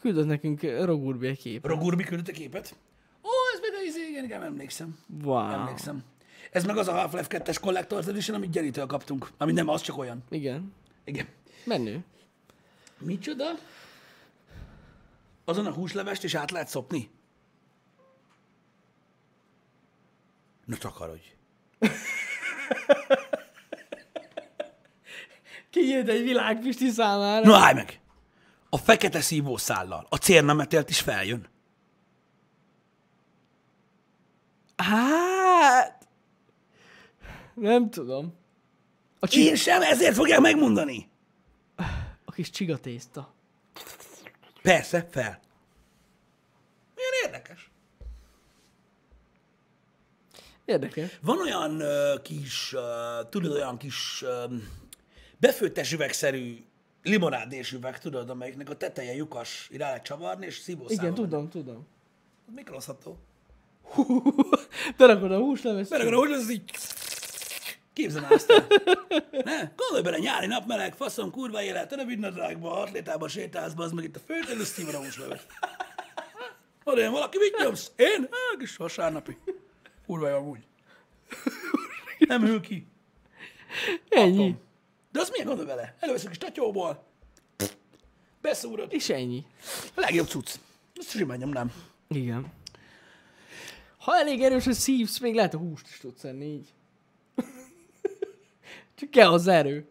[SPEAKER 2] Küldött nekünk eh, Rogurbi egy kép.
[SPEAKER 1] Rogurbi küldött a képet. Ó, ez meg a izé, igen, igen, emlékszem.
[SPEAKER 2] Wow.
[SPEAKER 1] Emlékszem. Ez meg az a Half-Life 2-es Collector's Edition, amit Jerry-től kaptunk. Ami nem, az csak olyan.
[SPEAKER 2] Igen.
[SPEAKER 1] Igen.
[SPEAKER 2] Menő.
[SPEAKER 1] Micsoda? Azon a húslevest is át lehet szopni? Na takarodj.
[SPEAKER 2] Kinyílt egy világ Pisti számára.
[SPEAKER 1] Na állj meg! A fekete szívószállal, a cérnametélt is feljön.
[SPEAKER 2] Hát... Nem tudom. A, csi-
[SPEAKER 1] Én sem, ezért fogják megmondani.
[SPEAKER 2] a kis csigatészta.
[SPEAKER 1] Persze, fel. Milyen érdekes.
[SPEAKER 2] Érdekes.
[SPEAKER 1] Van olyan ö, kis, ö, tudod, olyan kis ö, befőttes üvegszerű limonádés üveg, tudod, amelyiknek a teteje lyukas, rá lehet csavarni, és szívószállal.
[SPEAKER 2] Igen, tudom, tudom. [LAUGHS]
[SPEAKER 1] Mikrozható.
[SPEAKER 2] Berakod a húslemezt.
[SPEAKER 1] Mert akkor hogy az így... Képzeld már azt el. Ne? Gondolj bele, nyári nap meleg, faszom, kurva élet, a vidnadrágba, atlétába sétálsz, bazd meg itt a földön, és szívod a húslevet. Oda jön valaki, mit nyomsz? Én? Hát, kis vasárnapi. Kurva jó amúgy. Nem hűl ki.
[SPEAKER 2] Ennyi.
[SPEAKER 1] De az milyen gondolj bele? Előveszek is tatyóból. Beszúrod.
[SPEAKER 2] És ennyi.
[SPEAKER 1] A legjobb cucc. Ezt simán nyomnám.
[SPEAKER 2] Igen. Ha elég erős a szívsz, még lehet a húst is tudsz enni így. [LAUGHS] Csak kell az erő.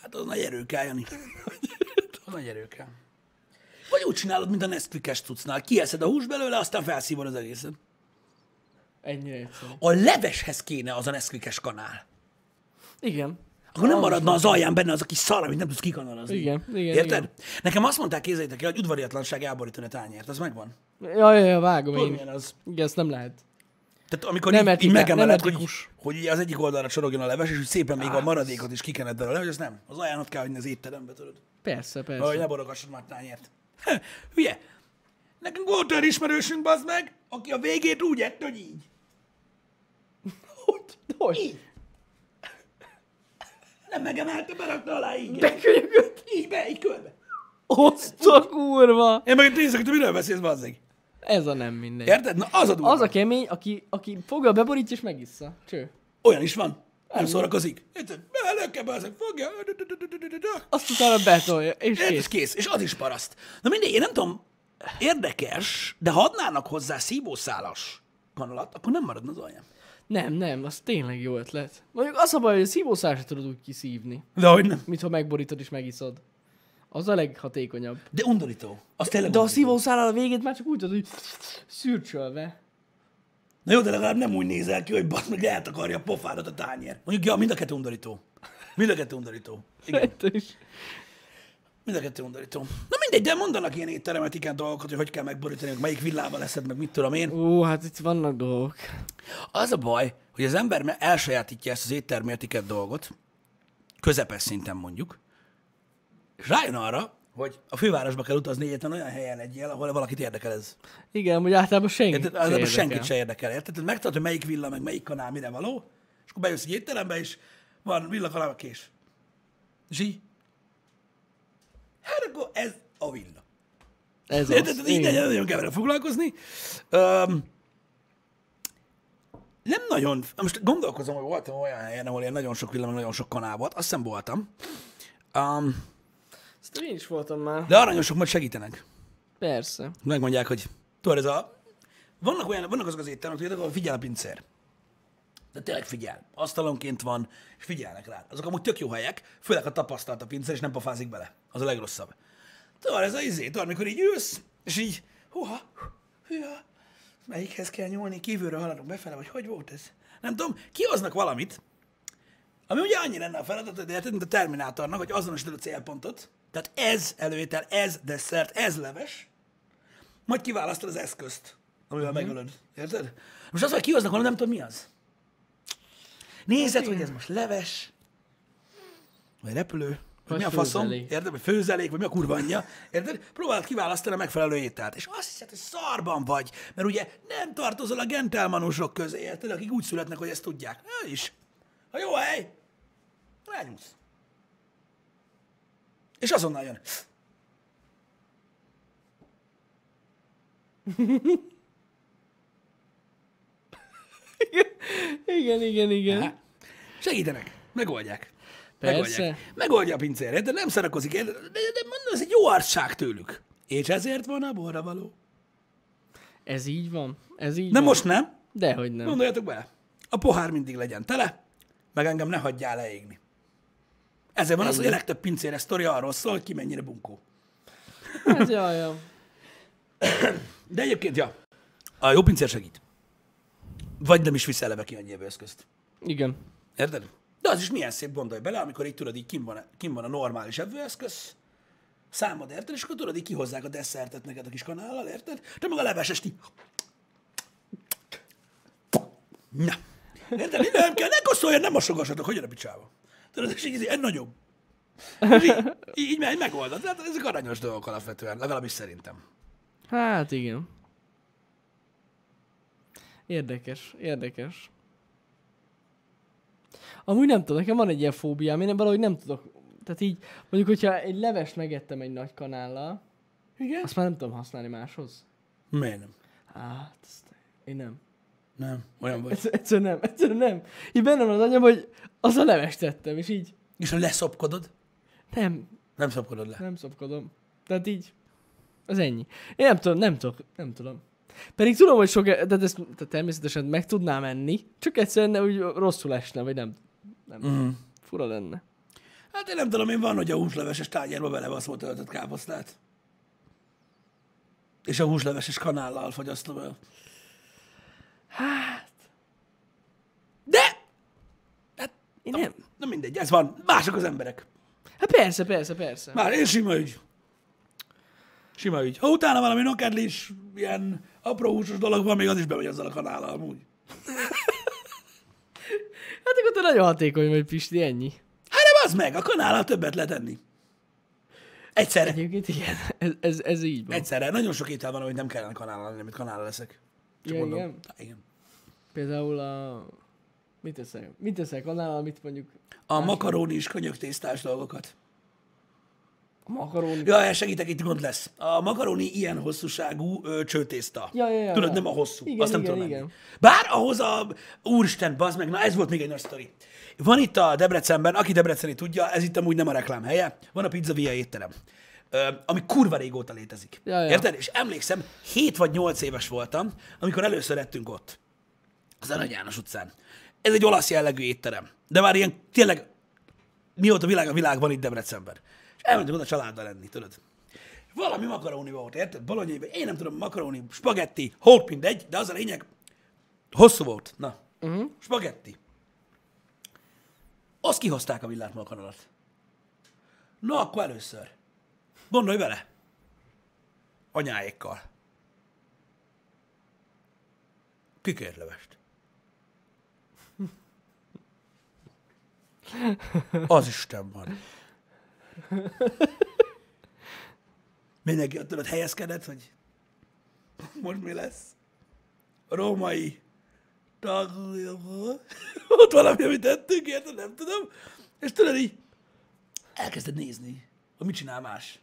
[SPEAKER 1] Hát az nagy erő kell, Jani. Az nagy erő kell. Vagy úgy csinálod, mint a Nesquikes cuccnál. Kieszed a hús belőle, aztán felszívod az egészet.
[SPEAKER 2] Ennyire egyszerű.
[SPEAKER 1] A leveshez kéne az a Nesquikes kanál.
[SPEAKER 2] Igen.
[SPEAKER 1] Akkor nem maradna az alján benne az a kis szar, amit nem tudsz kikanalazni.
[SPEAKER 2] Igen, igen,
[SPEAKER 1] Érted?
[SPEAKER 2] igen.
[SPEAKER 1] Nekem azt mondták, képzeljétek el, hogy udvariatlanság elborítani a tányért. Az megvan.
[SPEAKER 2] Ja, ja, ja, vágom
[SPEAKER 1] Tudod,
[SPEAKER 2] én.
[SPEAKER 1] milyen az?
[SPEAKER 2] Igen, ezt nem lehet.
[SPEAKER 1] Tehát amikor
[SPEAKER 2] Nem
[SPEAKER 1] nem így, így
[SPEAKER 2] etikás,
[SPEAKER 1] megemeled,
[SPEAKER 2] nem
[SPEAKER 1] hogy,
[SPEAKER 2] etikus.
[SPEAKER 1] hogy ugye az egyik oldalra csorogjon a leves, és úgy szépen még a maradékot is kikened belőle, hogy az nem. Az ajánlat kell hagyni az étterembe, tudod.
[SPEAKER 2] Persze, persze.
[SPEAKER 1] Hogy ne borogassad már tányért. Ha, Hülye. Nekünk volt olyan ismerősünk, bazd meg, aki a végét úgy ett, hogy így.
[SPEAKER 2] Hogy? De Hogy?
[SPEAKER 1] Így. Nem megemelte, berakta alá így.
[SPEAKER 2] Bekönyögött.
[SPEAKER 1] Így be, így körbe.
[SPEAKER 2] Azt a kurva.
[SPEAKER 1] Én meg nézek, hogy miről beszélsz, bazd
[SPEAKER 2] Ez a nem mindegy.
[SPEAKER 1] Érted? Na az a durva.
[SPEAKER 2] Az a kemény, aki, aki fogja, beborítja és megissza. Cső.
[SPEAKER 1] Olyan is van. Nem szórakozik. Érted? Belöke, bazd meg, fogja.
[SPEAKER 2] Azt utána betolja, és
[SPEAKER 1] Érted?
[SPEAKER 2] kész.
[SPEAKER 1] És kész. És az is paraszt. Na mindegy, én nem tudom, érdekes, de ha adnának hozzá szívószálas kanalat, akkor nem maradna az olyan.
[SPEAKER 2] Nem, nem, az tényleg jó ötlet. Mondjuk az a baj, hogy a szívószál se tudod úgy kiszívni,
[SPEAKER 1] De hogy nem.
[SPEAKER 2] mintha megborítod és megiszod. Az a leghatékonyabb.
[SPEAKER 1] De undorító. Az tényleg
[SPEAKER 2] De a
[SPEAKER 1] undorító.
[SPEAKER 2] szívószálal a végét már csak úgy tudod, hogy szürcsölve.
[SPEAKER 1] Na jó, de legalább nem úgy nézel ki, hogy basz meg eltakarja a pofádat a tányér. Mondjuk, ja, mind a kettő undorító. Mind a kettő undorító. Igen,
[SPEAKER 2] Érted is?
[SPEAKER 1] mind a kettő undorító. Na mindegy, de mondanak ilyen étteremet, ilyen dolgokat, hogy hogy kell megborítani, hogy melyik villával leszed, meg mit tudom én.
[SPEAKER 2] Ú, hát itt vannak dolgok.
[SPEAKER 1] Az a baj, hogy az ember me- elsajátítja ezt az éttermértiket dolgot, közepes szinten mondjuk, és rájön arra, hogy a fővárosba kell utazni egyetlen olyan helyen legyél, ahol valakit érdekel ez.
[SPEAKER 2] Igen, hogy általában senki.
[SPEAKER 1] Érted?
[SPEAKER 2] se
[SPEAKER 1] Általában
[SPEAKER 2] érdekel.
[SPEAKER 1] senkit se érdekel, érted? Tehát megtudod, hogy melyik villa, meg melyik kanál mire való, és akkor bejössz egy étterembe, és van villa, kanál, kés. És így, hát akkor ez a villa.
[SPEAKER 2] Ez az.
[SPEAKER 1] Érted? Tehát így
[SPEAKER 2] Igen.
[SPEAKER 1] nagyon, nagyon kell vele foglalkozni. Um, nem nagyon, most gondolkozom, hogy voltam olyan helyen, ahol ilyen nagyon sok villam, meg nagyon sok kanál volt, azt hiszem voltam. Um,
[SPEAKER 2] Ezt én is voltam már.
[SPEAKER 1] de aranyosok majd segítenek.
[SPEAKER 2] Persze.
[SPEAKER 1] Megmondják, hogy tudod, ez a... Vannak, olyan, vannak azok az éttermek, tudjátok, ahol figyel a pincér. De tényleg figyel. Asztalonként van, és figyelnek rá. Azok amúgy tök jó helyek, főleg a tapasztalt a pincér, és nem pofázik bele. Az a legrosszabb. Tudod, ez az izé, tudod, amikor így ülsz, és így, huha, hüha, melyikhez kell nyúlni, kívülről haladunk befele, vagy hogy volt ez? Nem tudom, kihoznak valamit, ami ugye annyi lenne a feladatod, érted, mint a Terminátornak, hogy azonosítod a célpontot. Tehát ez előétel, ez desszert, ez leves, majd kiválasztod az eszközt, amivel megölöd. Érted? Mhm. Most az, hogy kihoznak valamit, nem tudom mi az.
[SPEAKER 2] Hát
[SPEAKER 1] Nézed, hogy ez most leves, vagy repülő, vagy
[SPEAKER 2] Vagy
[SPEAKER 1] mi a faszom,
[SPEAKER 2] főzelék.
[SPEAKER 1] érted? Vagy főzelék, vagy mi a kurva anyja, érted? Próbáld kiválasztani a megfelelő ételt. És azt hiszed, hogy szarban vagy, mert ugye nem tartozol a gentelmanusok közé, érted? Akik úgy születnek, hogy ezt tudják. Ő is. Ha jó hely, rányúsz. És azonnal jön.
[SPEAKER 2] Igen, igen, igen.
[SPEAKER 1] Hát, Segítenek, megoldják.
[SPEAKER 2] Persze.
[SPEAKER 1] Megoldják. Megoldja a pincérét, de nem szarakozik. De, de, de mondom, ez egy jó arcság tőlük. És ezért van a borra való.
[SPEAKER 2] Ez így van. Ez így
[SPEAKER 1] De
[SPEAKER 2] van.
[SPEAKER 1] most nem.
[SPEAKER 2] Dehogy nem.
[SPEAKER 1] Gondoljatok bele. A pohár mindig legyen tele, meg engem ne hagyjál leégni. Ezért van az, hogy a legtöbb pincére sztoria arról szól, hogy ki mennyire bunkó.
[SPEAKER 2] Hát jaj, jaj.
[SPEAKER 1] De egyébként, ja, a jó pincér segít. Vagy nem is viszel le be ki annyi eszközt.
[SPEAKER 2] Igen.
[SPEAKER 1] Érted? De az is milyen szép gondolj bele, amikor így tudod, így kim van, kim van a normális evőeszköz, számod, érted? És akkor tudod, így kihozzák a desszertet neked a kis kanállal, érted? Te meg a levesest így... Na. Érted? Így Nem kell, ne koszoljon, nem mosogassatok, hogy a picsába. Tudod, és így, egy nagyobb. És így, így, így meg- megoldod. Tehát ezek aranyos dolgok alapvetően, legalábbis szerintem.
[SPEAKER 2] Hát igen. Érdekes, érdekes. Amúgy nem tudom, nekem van egy ilyen fóbiám, én valahogy nem tudok. Tehát így, mondjuk, hogyha egy levest megettem egy nagy kanállal,
[SPEAKER 1] Igen?
[SPEAKER 2] azt már nem tudom használni máshoz.
[SPEAKER 1] Miért nem?
[SPEAKER 2] Hát, azt én nem.
[SPEAKER 1] Nem, olyan vagy.
[SPEAKER 2] Egyszer, egyszer nem, egyszer nem. Így benne van az anyam, hogy az a levest tettem, és így
[SPEAKER 1] És ha leszopkodod,
[SPEAKER 2] nem,
[SPEAKER 1] nem szopkodod le.
[SPEAKER 2] Nem szopkodom. Tehát így, az ennyi. Én nem tudom, nem tudok, nem tudom. Pedig tudom, hogy sok, de ezt tehát természetesen meg tudnám enni, csak egyszerűen ne, úgy rosszul esne, vagy nem, nem,
[SPEAKER 1] Mhm.
[SPEAKER 2] mm. fura lenne.
[SPEAKER 1] Hát én nem tudom, én van, hogy a húsleveses tányérba belebaszol töltött káposztát. És a húsleveses kanállal fogyasztom el.
[SPEAKER 2] Hát,
[SPEAKER 1] De! Hát,
[SPEAKER 2] én nem.
[SPEAKER 1] na mindegy, ez van. Mások az emberek.
[SPEAKER 2] Hát persze, persze, persze.
[SPEAKER 1] Már én sima ügy. Sima ügy. Ha utána valami nokádlis, ilyen apró húsos dolog van, még az is bemegy azzal a kanállal amúgy.
[SPEAKER 2] Hát akkor te nagyon hatékony vagy, Pisti, ennyi.
[SPEAKER 1] Hát nem az meg, a kanállal többet lehet enni. Egyszerre.
[SPEAKER 2] Egyébként igen, ez, ez, ez így van.
[SPEAKER 1] Egyszerre. Nagyon sok étel van, amit nem kellene kanállal lenni, amit kanállal leszek. Csak
[SPEAKER 2] Ja,
[SPEAKER 1] mondom.
[SPEAKER 2] igen?
[SPEAKER 1] Hát, igen.
[SPEAKER 2] Például a... Mit teszek? Mit teszek annál, amit mondjuk
[SPEAKER 1] A makaróni is könyögtésztás dolgokat.
[SPEAKER 2] a makaróni...
[SPEAKER 1] Ja, segítek, itt gond lesz. A makaróni ilyen hosszúságú ö, csőtészta.
[SPEAKER 2] Ja, ja, ja,
[SPEAKER 1] Tudod,
[SPEAKER 2] ja.
[SPEAKER 1] nem a hosszú.
[SPEAKER 2] Igen,
[SPEAKER 1] Azt nem
[SPEAKER 2] igen,
[SPEAKER 1] tudom
[SPEAKER 2] igen.
[SPEAKER 1] menni. Bár ahhoz a... Úristen, bazd meg, na ez volt még egy nagy sztori. Van itt a Debrecenben, aki Debreceni tudja, ez itt amúgy nem a reklám helye, van a Pizza Via étterem, ö, ami kurva régóta létezik.
[SPEAKER 2] Ja, ja.
[SPEAKER 1] Érted? És emlékszem, 7 vagy 8 éves voltam, amikor először lettünk ott az Arany János utcán. Ez egy olasz jellegű étterem, de már ilyen tényleg mióta világ a világ van itt Debrecenben. És elmentünk oda családdal lenni, tudod. És Valami makaróni volt, érted? Bolonyai, vagy én nem tudom, makaróni, spagetti, holt mindegy, de az a lényeg, hosszú volt. Na, uh-huh. spagetti. Azt kihozták a villát maga alatt. Na, akkor először. Gondolj vele. Anyáékkal. Kikérlevest. Az Isten van. Mindenki ott tudod helyezkedett, hogy most mi lesz? Római tag... [LAUGHS] Ott valami, amit tettünk, érted? Nem tudom. És tudod így, elkezded nézni, hogy mit csinál más.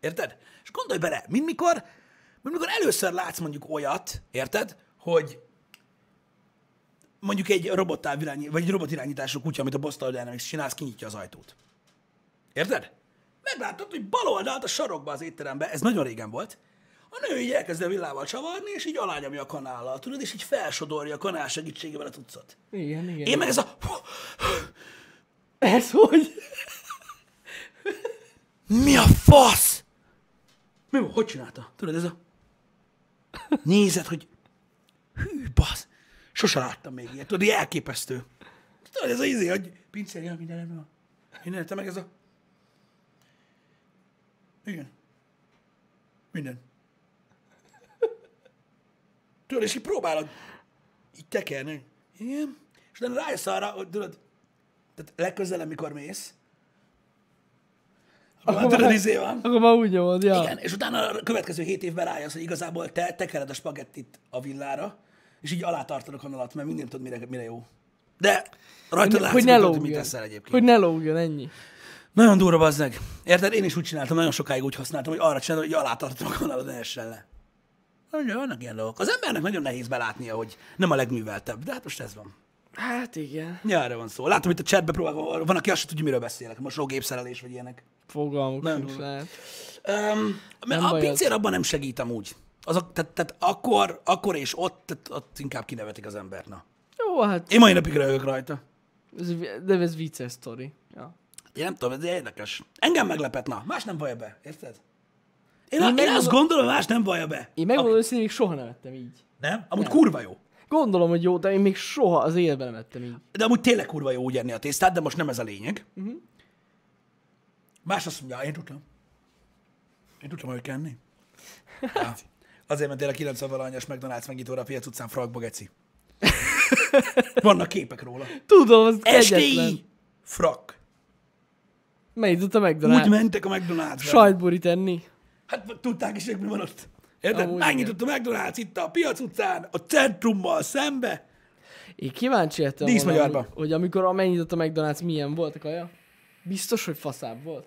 [SPEAKER 1] Érted? És gondolj bele, mint mikor, mint mikor először látsz mondjuk olyat, érted, hogy mondjuk egy robottávirányi, vagy egy robotirányítású kutya, amit a Boston Dynamics csinálsz, kinyitja az ajtót. Érted? Meglátod, hogy bal oldalt a sarokba az étterembe, ez nagyon régen volt, a nő így elkezd a villával csavarni, és így alányomja a kanállal, tudod, és így felsodorja a kanál segítségével a tucat.
[SPEAKER 2] Igen, igen.
[SPEAKER 1] Én meg ez a...
[SPEAKER 2] Ez hogy?
[SPEAKER 1] Mi a fasz? Mi volt? Hogy csinálta? Tudod, ez a... Nézed, hogy... Hű, basz. Sose láttam még ilyet. Tudod, így elképesztő. Tudod, ez az izé, hogy pincél, ja, minden rendben van. Minden, te meg ez a... Igen. Minden. Tudod, és így próbálod így tekerni. Igen. És utána rájössz arra, hogy tudod, tehát legközelebb, mikor mész, akkor tudod, izé van.
[SPEAKER 2] Akkor már úgy nyomod, ja.
[SPEAKER 1] Igen, és utána a következő hét évben rájössz, hogy igazából te tekered a spagettit a villára, és így alátartod a kanalat, mert mindent tudod, mire, mire jó. De rajta látszik,
[SPEAKER 2] hogy
[SPEAKER 1] hogy,
[SPEAKER 2] ne
[SPEAKER 1] tudod, hogy mit
[SPEAKER 2] lógjon.
[SPEAKER 1] teszel egyébként.
[SPEAKER 2] Hogy ne lógjon, ennyi.
[SPEAKER 1] Nagyon durva az meg. Érted? Én is úgy csináltam, nagyon sokáig úgy használtam, hogy arra csináltam, hogy alátartom a kanalat, ne essen le. Ugye, vannak ilyen dolgok. Az embernek nagyon nehéz belátnia, hogy nem a legműveltebb, de hát most ez van.
[SPEAKER 2] Hát igen.
[SPEAKER 1] Ja, erre van szó. Látom, itt a chatbe próbálok, van, aki azt se tudja, miről beszélek. Most ó, gépszerelés vagy ilyenek.
[SPEAKER 2] Fogalmuk
[SPEAKER 1] Nem
[SPEAKER 2] sincs
[SPEAKER 1] tudom.
[SPEAKER 2] lehet.
[SPEAKER 1] Um,
[SPEAKER 2] Nem
[SPEAKER 1] a
[SPEAKER 2] baj az.
[SPEAKER 1] pincér abban nem segít amúgy. Azok, tehát, tehát akkor, akkor és ott, tehát ott inkább kinevetik az embert. Na.
[SPEAKER 2] Jó, hát
[SPEAKER 1] Én mai napig röhögök rajta.
[SPEAKER 2] ez, de ez vicces sztori. Ja.
[SPEAKER 1] Én nem tudom, ez érdekes. Engem meglepet, na. Más nem vallja be, érted? Én, én, én
[SPEAKER 2] megmondom-
[SPEAKER 1] azt gondolom, más nem vallja be.
[SPEAKER 2] Én megmondom, hogy még soha nem ettem így.
[SPEAKER 1] Nem? Amúgy kurva jó.
[SPEAKER 2] Gondolom, hogy jó, de én még soha az életben nem ettem így.
[SPEAKER 1] De amúgy tényleg kurva jó úgy enni a tésztát, de most nem ez a lényeg.
[SPEAKER 2] Mhm.
[SPEAKER 1] Uh-huh. Más azt mondja, én tudtam. Én tudtam, hogy kell enni. Ja. Azért mentél a 90 valahanyas McDonald's megnyitóra a piac utcán frakba,
[SPEAKER 2] [LAUGHS]
[SPEAKER 1] geci. Vannak képek róla.
[SPEAKER 2] Tudom, az egyetlen.
[SPEAKER 1] STI frak.
[SPEAKER 2] Melyik tudta
[SPEAKER 1] Úgy
[SPEAKER 2] megdalálni?
[SPEAKER 1] mentek a McDonald's.
[SPEAKER 2] Sajtburit enni.
[SPEAKER 1] Hát tudták is, hogy mi van ott. Érted?
[SPEAKER 2] Amúgy
[SPEAKER 1] Megnyitott a McDonald's itt a piac utcán, a centrummal szembe.
[SPEAKER 2] Én kíváncsi lettem
[SPEAKER 1] Díszmagyarba.
[SPEAKER 2] hogy, hogy, amikor amennyit a McDonald's milyen volt a kaja. Biztos, hogy faszább volt.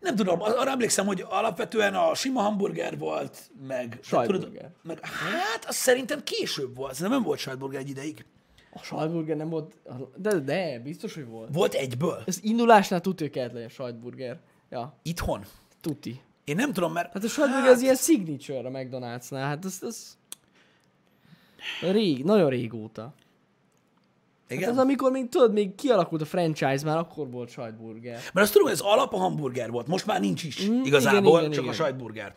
[SPEAKER 1] Nem tudom, ar- arra emlékszem, hogy alapvetően a sima hamburger volt, meg...
[SPEAKER 2] Sajtburger.
[SPEAKER 1] tudod, Meg, hát, az szerintem később volt, szerintem nem volt sajtburger egy ideig.
[SPEAKER 2] A sajtburger nem volt, de, de biztos, hogy volt.
[SPEAKER 1] Volt egyből.
[SPEAKER 2] Ez indulásnál tudja, hogy kellett legyen sajtburger. Ja,
[SPEAKER 1] Itthon.
[SPEAKER 2] tuti.
[SPEAKER 1] Én nem tudom, mert...
[SPEAKER 2] Hát a sajtburger az ilyen signature a McDonald'snál, hát ez, ez... Rég, nagyon régóta. Hát
[SPEAKER 1] igen.
[SPEAKER 2] az, amikor még, tudod, még kialakult a franchise, már akkor volt sajtburger.
[SPEAKER 1] Mert azt tudom, hogy az alap a hamburger volt, most már nincs is igazából,
[SPEAKER 2] Mm, igen, igen,
[SPEAKER 1] csak
[SPEAKER 2] igen.
[SPEAKER 1] a sajtburger.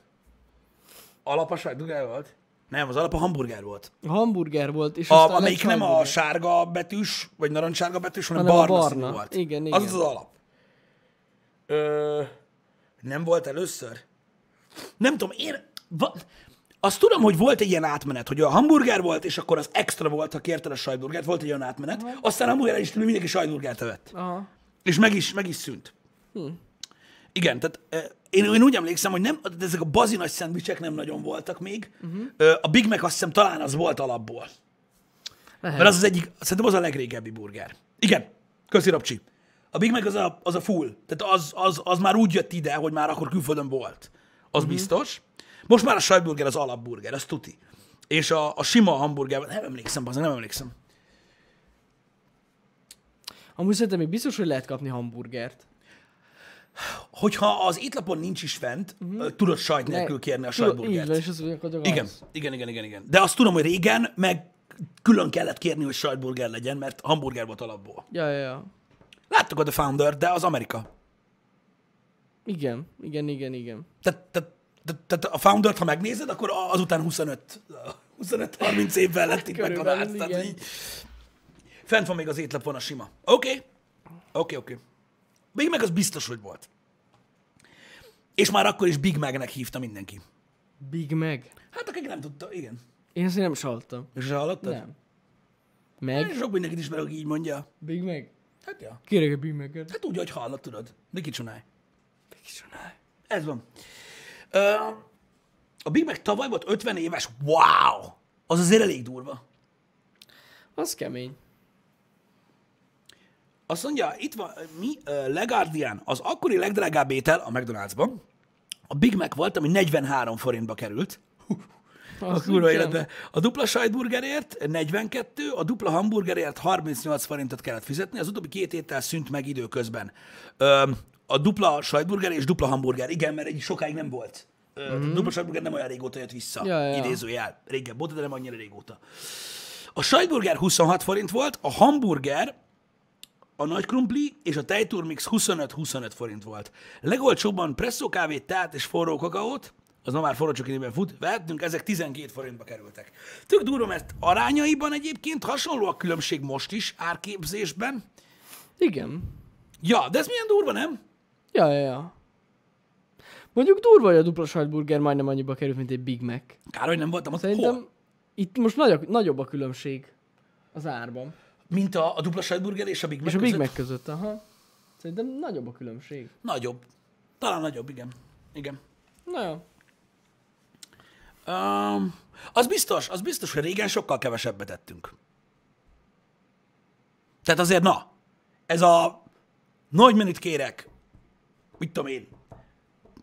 [SPEAKER 1] Alap a sajtburger volt? Nem, az alap a hamburger volt.
[SPEAKER 2] A hamburger volt, és
[SPEAKER 1] A,
[SPEAKER 2] aztán
[SPEAKER 1] amelyik
[SPEAKER 2] lett
[SPEAKER 1] nem a
[SPEAKER 2] sajtburger.
[SPEAKER 1] sárga betűs, vagy narancssárga betűs, hanem,
[SPEAKER 2] Hanem a
[SPEAKER 1] barna,
[SPEAKER 2] barna.
[SPEAKER 1] színű volt.
[SPEAKER 2] Igen,
[SPEAKER 1] Az
[SPEAKER 2] igen.
[SPEAKER 1] az alap. Ö, nem volt először? nem tudom, én... Va, azt tudom, hogy volt egy ilyen átmenet, hogy a hamburger volt, és akkor az extra volt, ha kérted a sajtburgert, volt egy olyan átmenet, aztán hamburger is mindenki sajtburgert evett.
[SPEAKER 2] Aha.
[SPEAKER 1] És meg is, meg is szűnt. Igen, tehát eh, én, én úgy emlékszem, hogy nem, de ezek a bazi nagy szendvicsek nem nagyon voltak még. Uh-huh. A Big Mac azt hiszem talán az volt alapból.
[SPEAKER 2] Lehet.
[SPEAKER 1] Mert az az egyik, szerintem az a legrégebbi burger. Igen, köszi Rapcsi. A Big Mac az a, az a full. Tehát az, az, az már úgy jött ide, hogy már akkor külföldön volt. Az mm-hmm. biztos. Most már a sajtburger az alapburger, az tuti. És a, a sima hamburger, nem emlékszem, bazd, nem emlékszem.
[SPEAKER 2] Amúgy szerintem még biztos, hogy lehet kapni hamburgert.
[SPEAKER 1] Hogyha az étlapon nincs is fent, mm-hmm. tudod sajt nélkül kérni a
[SPEAKER 2] Mhm. Így van,
[SPEAKER 1] sajtburgert.
[SPEAKER 2] és az akkor gyakorlatilag
[SPEAKER 1] Igen,
[SPEAKER 2] az.
[SPEAKER 1] igen, igen, igen, igen. De azt tudom, hogy régen meg külön kellett kérni, hogy sajtburger legyen, mert hamburger volt alapból.
[SPEAKER 2] Ja, ja, ja.
[SPEAKER 1] Láttuk a The Founder, de az Amerika.
[SPEAKER 2] Igen, igen, igen, igen.
[SPEAKER 1] Tehát te, te, te, te a founder ha megnézed, akkor a- azután 25, 25-30 évvel lett itt
[SPEAKER 2] Körülbelül,
[SPEAKER 1] McDonald's. Tehát
[SPEAKER 2] igen.
[SPEAKER 1] így, fent van még az étlapon a sima. Oké, okay. oké, okay, oké. Okay. Big Mac az biztos, hogy volt. És már akkor is Big Mac-nek hívta mindenki.
[SPEAKER 2] Big Mac.
[SPEAKER 1] Hát akik nem tudta, igen.
[SPEAKER 2] Én ezt nem saltam.
[SPEAKER 1] És hallottad?
[SPEAKER 2] Nem. Meg?
[SPEAKER 1] Sok mindenkit ismerek, aki így mondja.
[SPEAKER 2] Big Mac.
[SPEAKER 1] Hát ja.
[SPEAKER 2] Kérek egy Big Mac-et.
[SPEAKER 1] Hát úgy, hogy hallott, tudod. Niki csinálj.
[SPEAKER 2] Kicsodáj.
[SPEAKER 1] Ez van. Ö, a Big Mac tavaly volt 50 éves. Wow! Az azért elég durva.
[SPEAKER 2] Az kemény.
[SPEAKER 1] Azt mondja, itt van, mi, ö, Le Guardian, az akkori legdrágább étel a McDonald'sban, a Big Mac volt, ami 43 forintba került. Hú, A
[SPEAKER 2] Az
[SPEAKER 1] kurva
[SPEAKER 2] igen.
[SPEAKER 1] életbe. A dupla sajtburgerért 42, a dupla hamburgerért 38 forintot kellett fizetni, az utóbbi két étel szűnt meg időközben. Ö, a dupla sajtburger és dupla hamburger, igen, mert egy sokáig nem volt. Mm-hmm. A dupla sajtburger nem olyan régóta jött vissza,
[SPEAKER 2] Mhm. Ja, ja, ja.
[SPEAKER 1] idézőjel. Régebb óta, de nem annyira régóta. A sajtburger 26 forint volt, a hamburger a nagy krumpli és a tejturmix 25-25 forint volt. Legolcsóbban presszó kávét, teát és forró kakaót, az ma már forró csokinében fut, vehettünk, ezek 12 forintba kerültek. Tök durva, mert arányaiban egyébként hasonló a különbség most is árképzésben.
[SPEAKER 2] Igen.
[SPEAKER 1] Ja, de ez milyen durva, nem?
[SPEAKER 2] Ja, ja, ja. Mondjuk durva, hogy a dupla sajtburger majdnem annyiba került, mint egy Big Mac.
[SPEAKER 1] Kár, hogy nem voltam ott.
[SPEAKER 2] Szerintem
[SPEAKER 1] Hol?
[SPEAKER 2] itt most nagyobb, nagyobb a különbség az árban.
[SPEAKER 1] Mint a, a dupla sajtburger és a Big Mac
[SPEAKER 2] És a Big
[SPEAKER 1] között?
[SPEAKER 2] Mac között, aha. Szerintem nagyobb a különbség.
[SPEAKER 1] Nagyobb. Talán nagyobb, igen. Igen.
[SPEAKER 2] Na jó.
[SPEAKER 1] Um, az biztos, az biztos, hogy régen sokkal kevesebbet ettünk. Tehát azért na, ez a nagy menüt kérek, mit tudom én,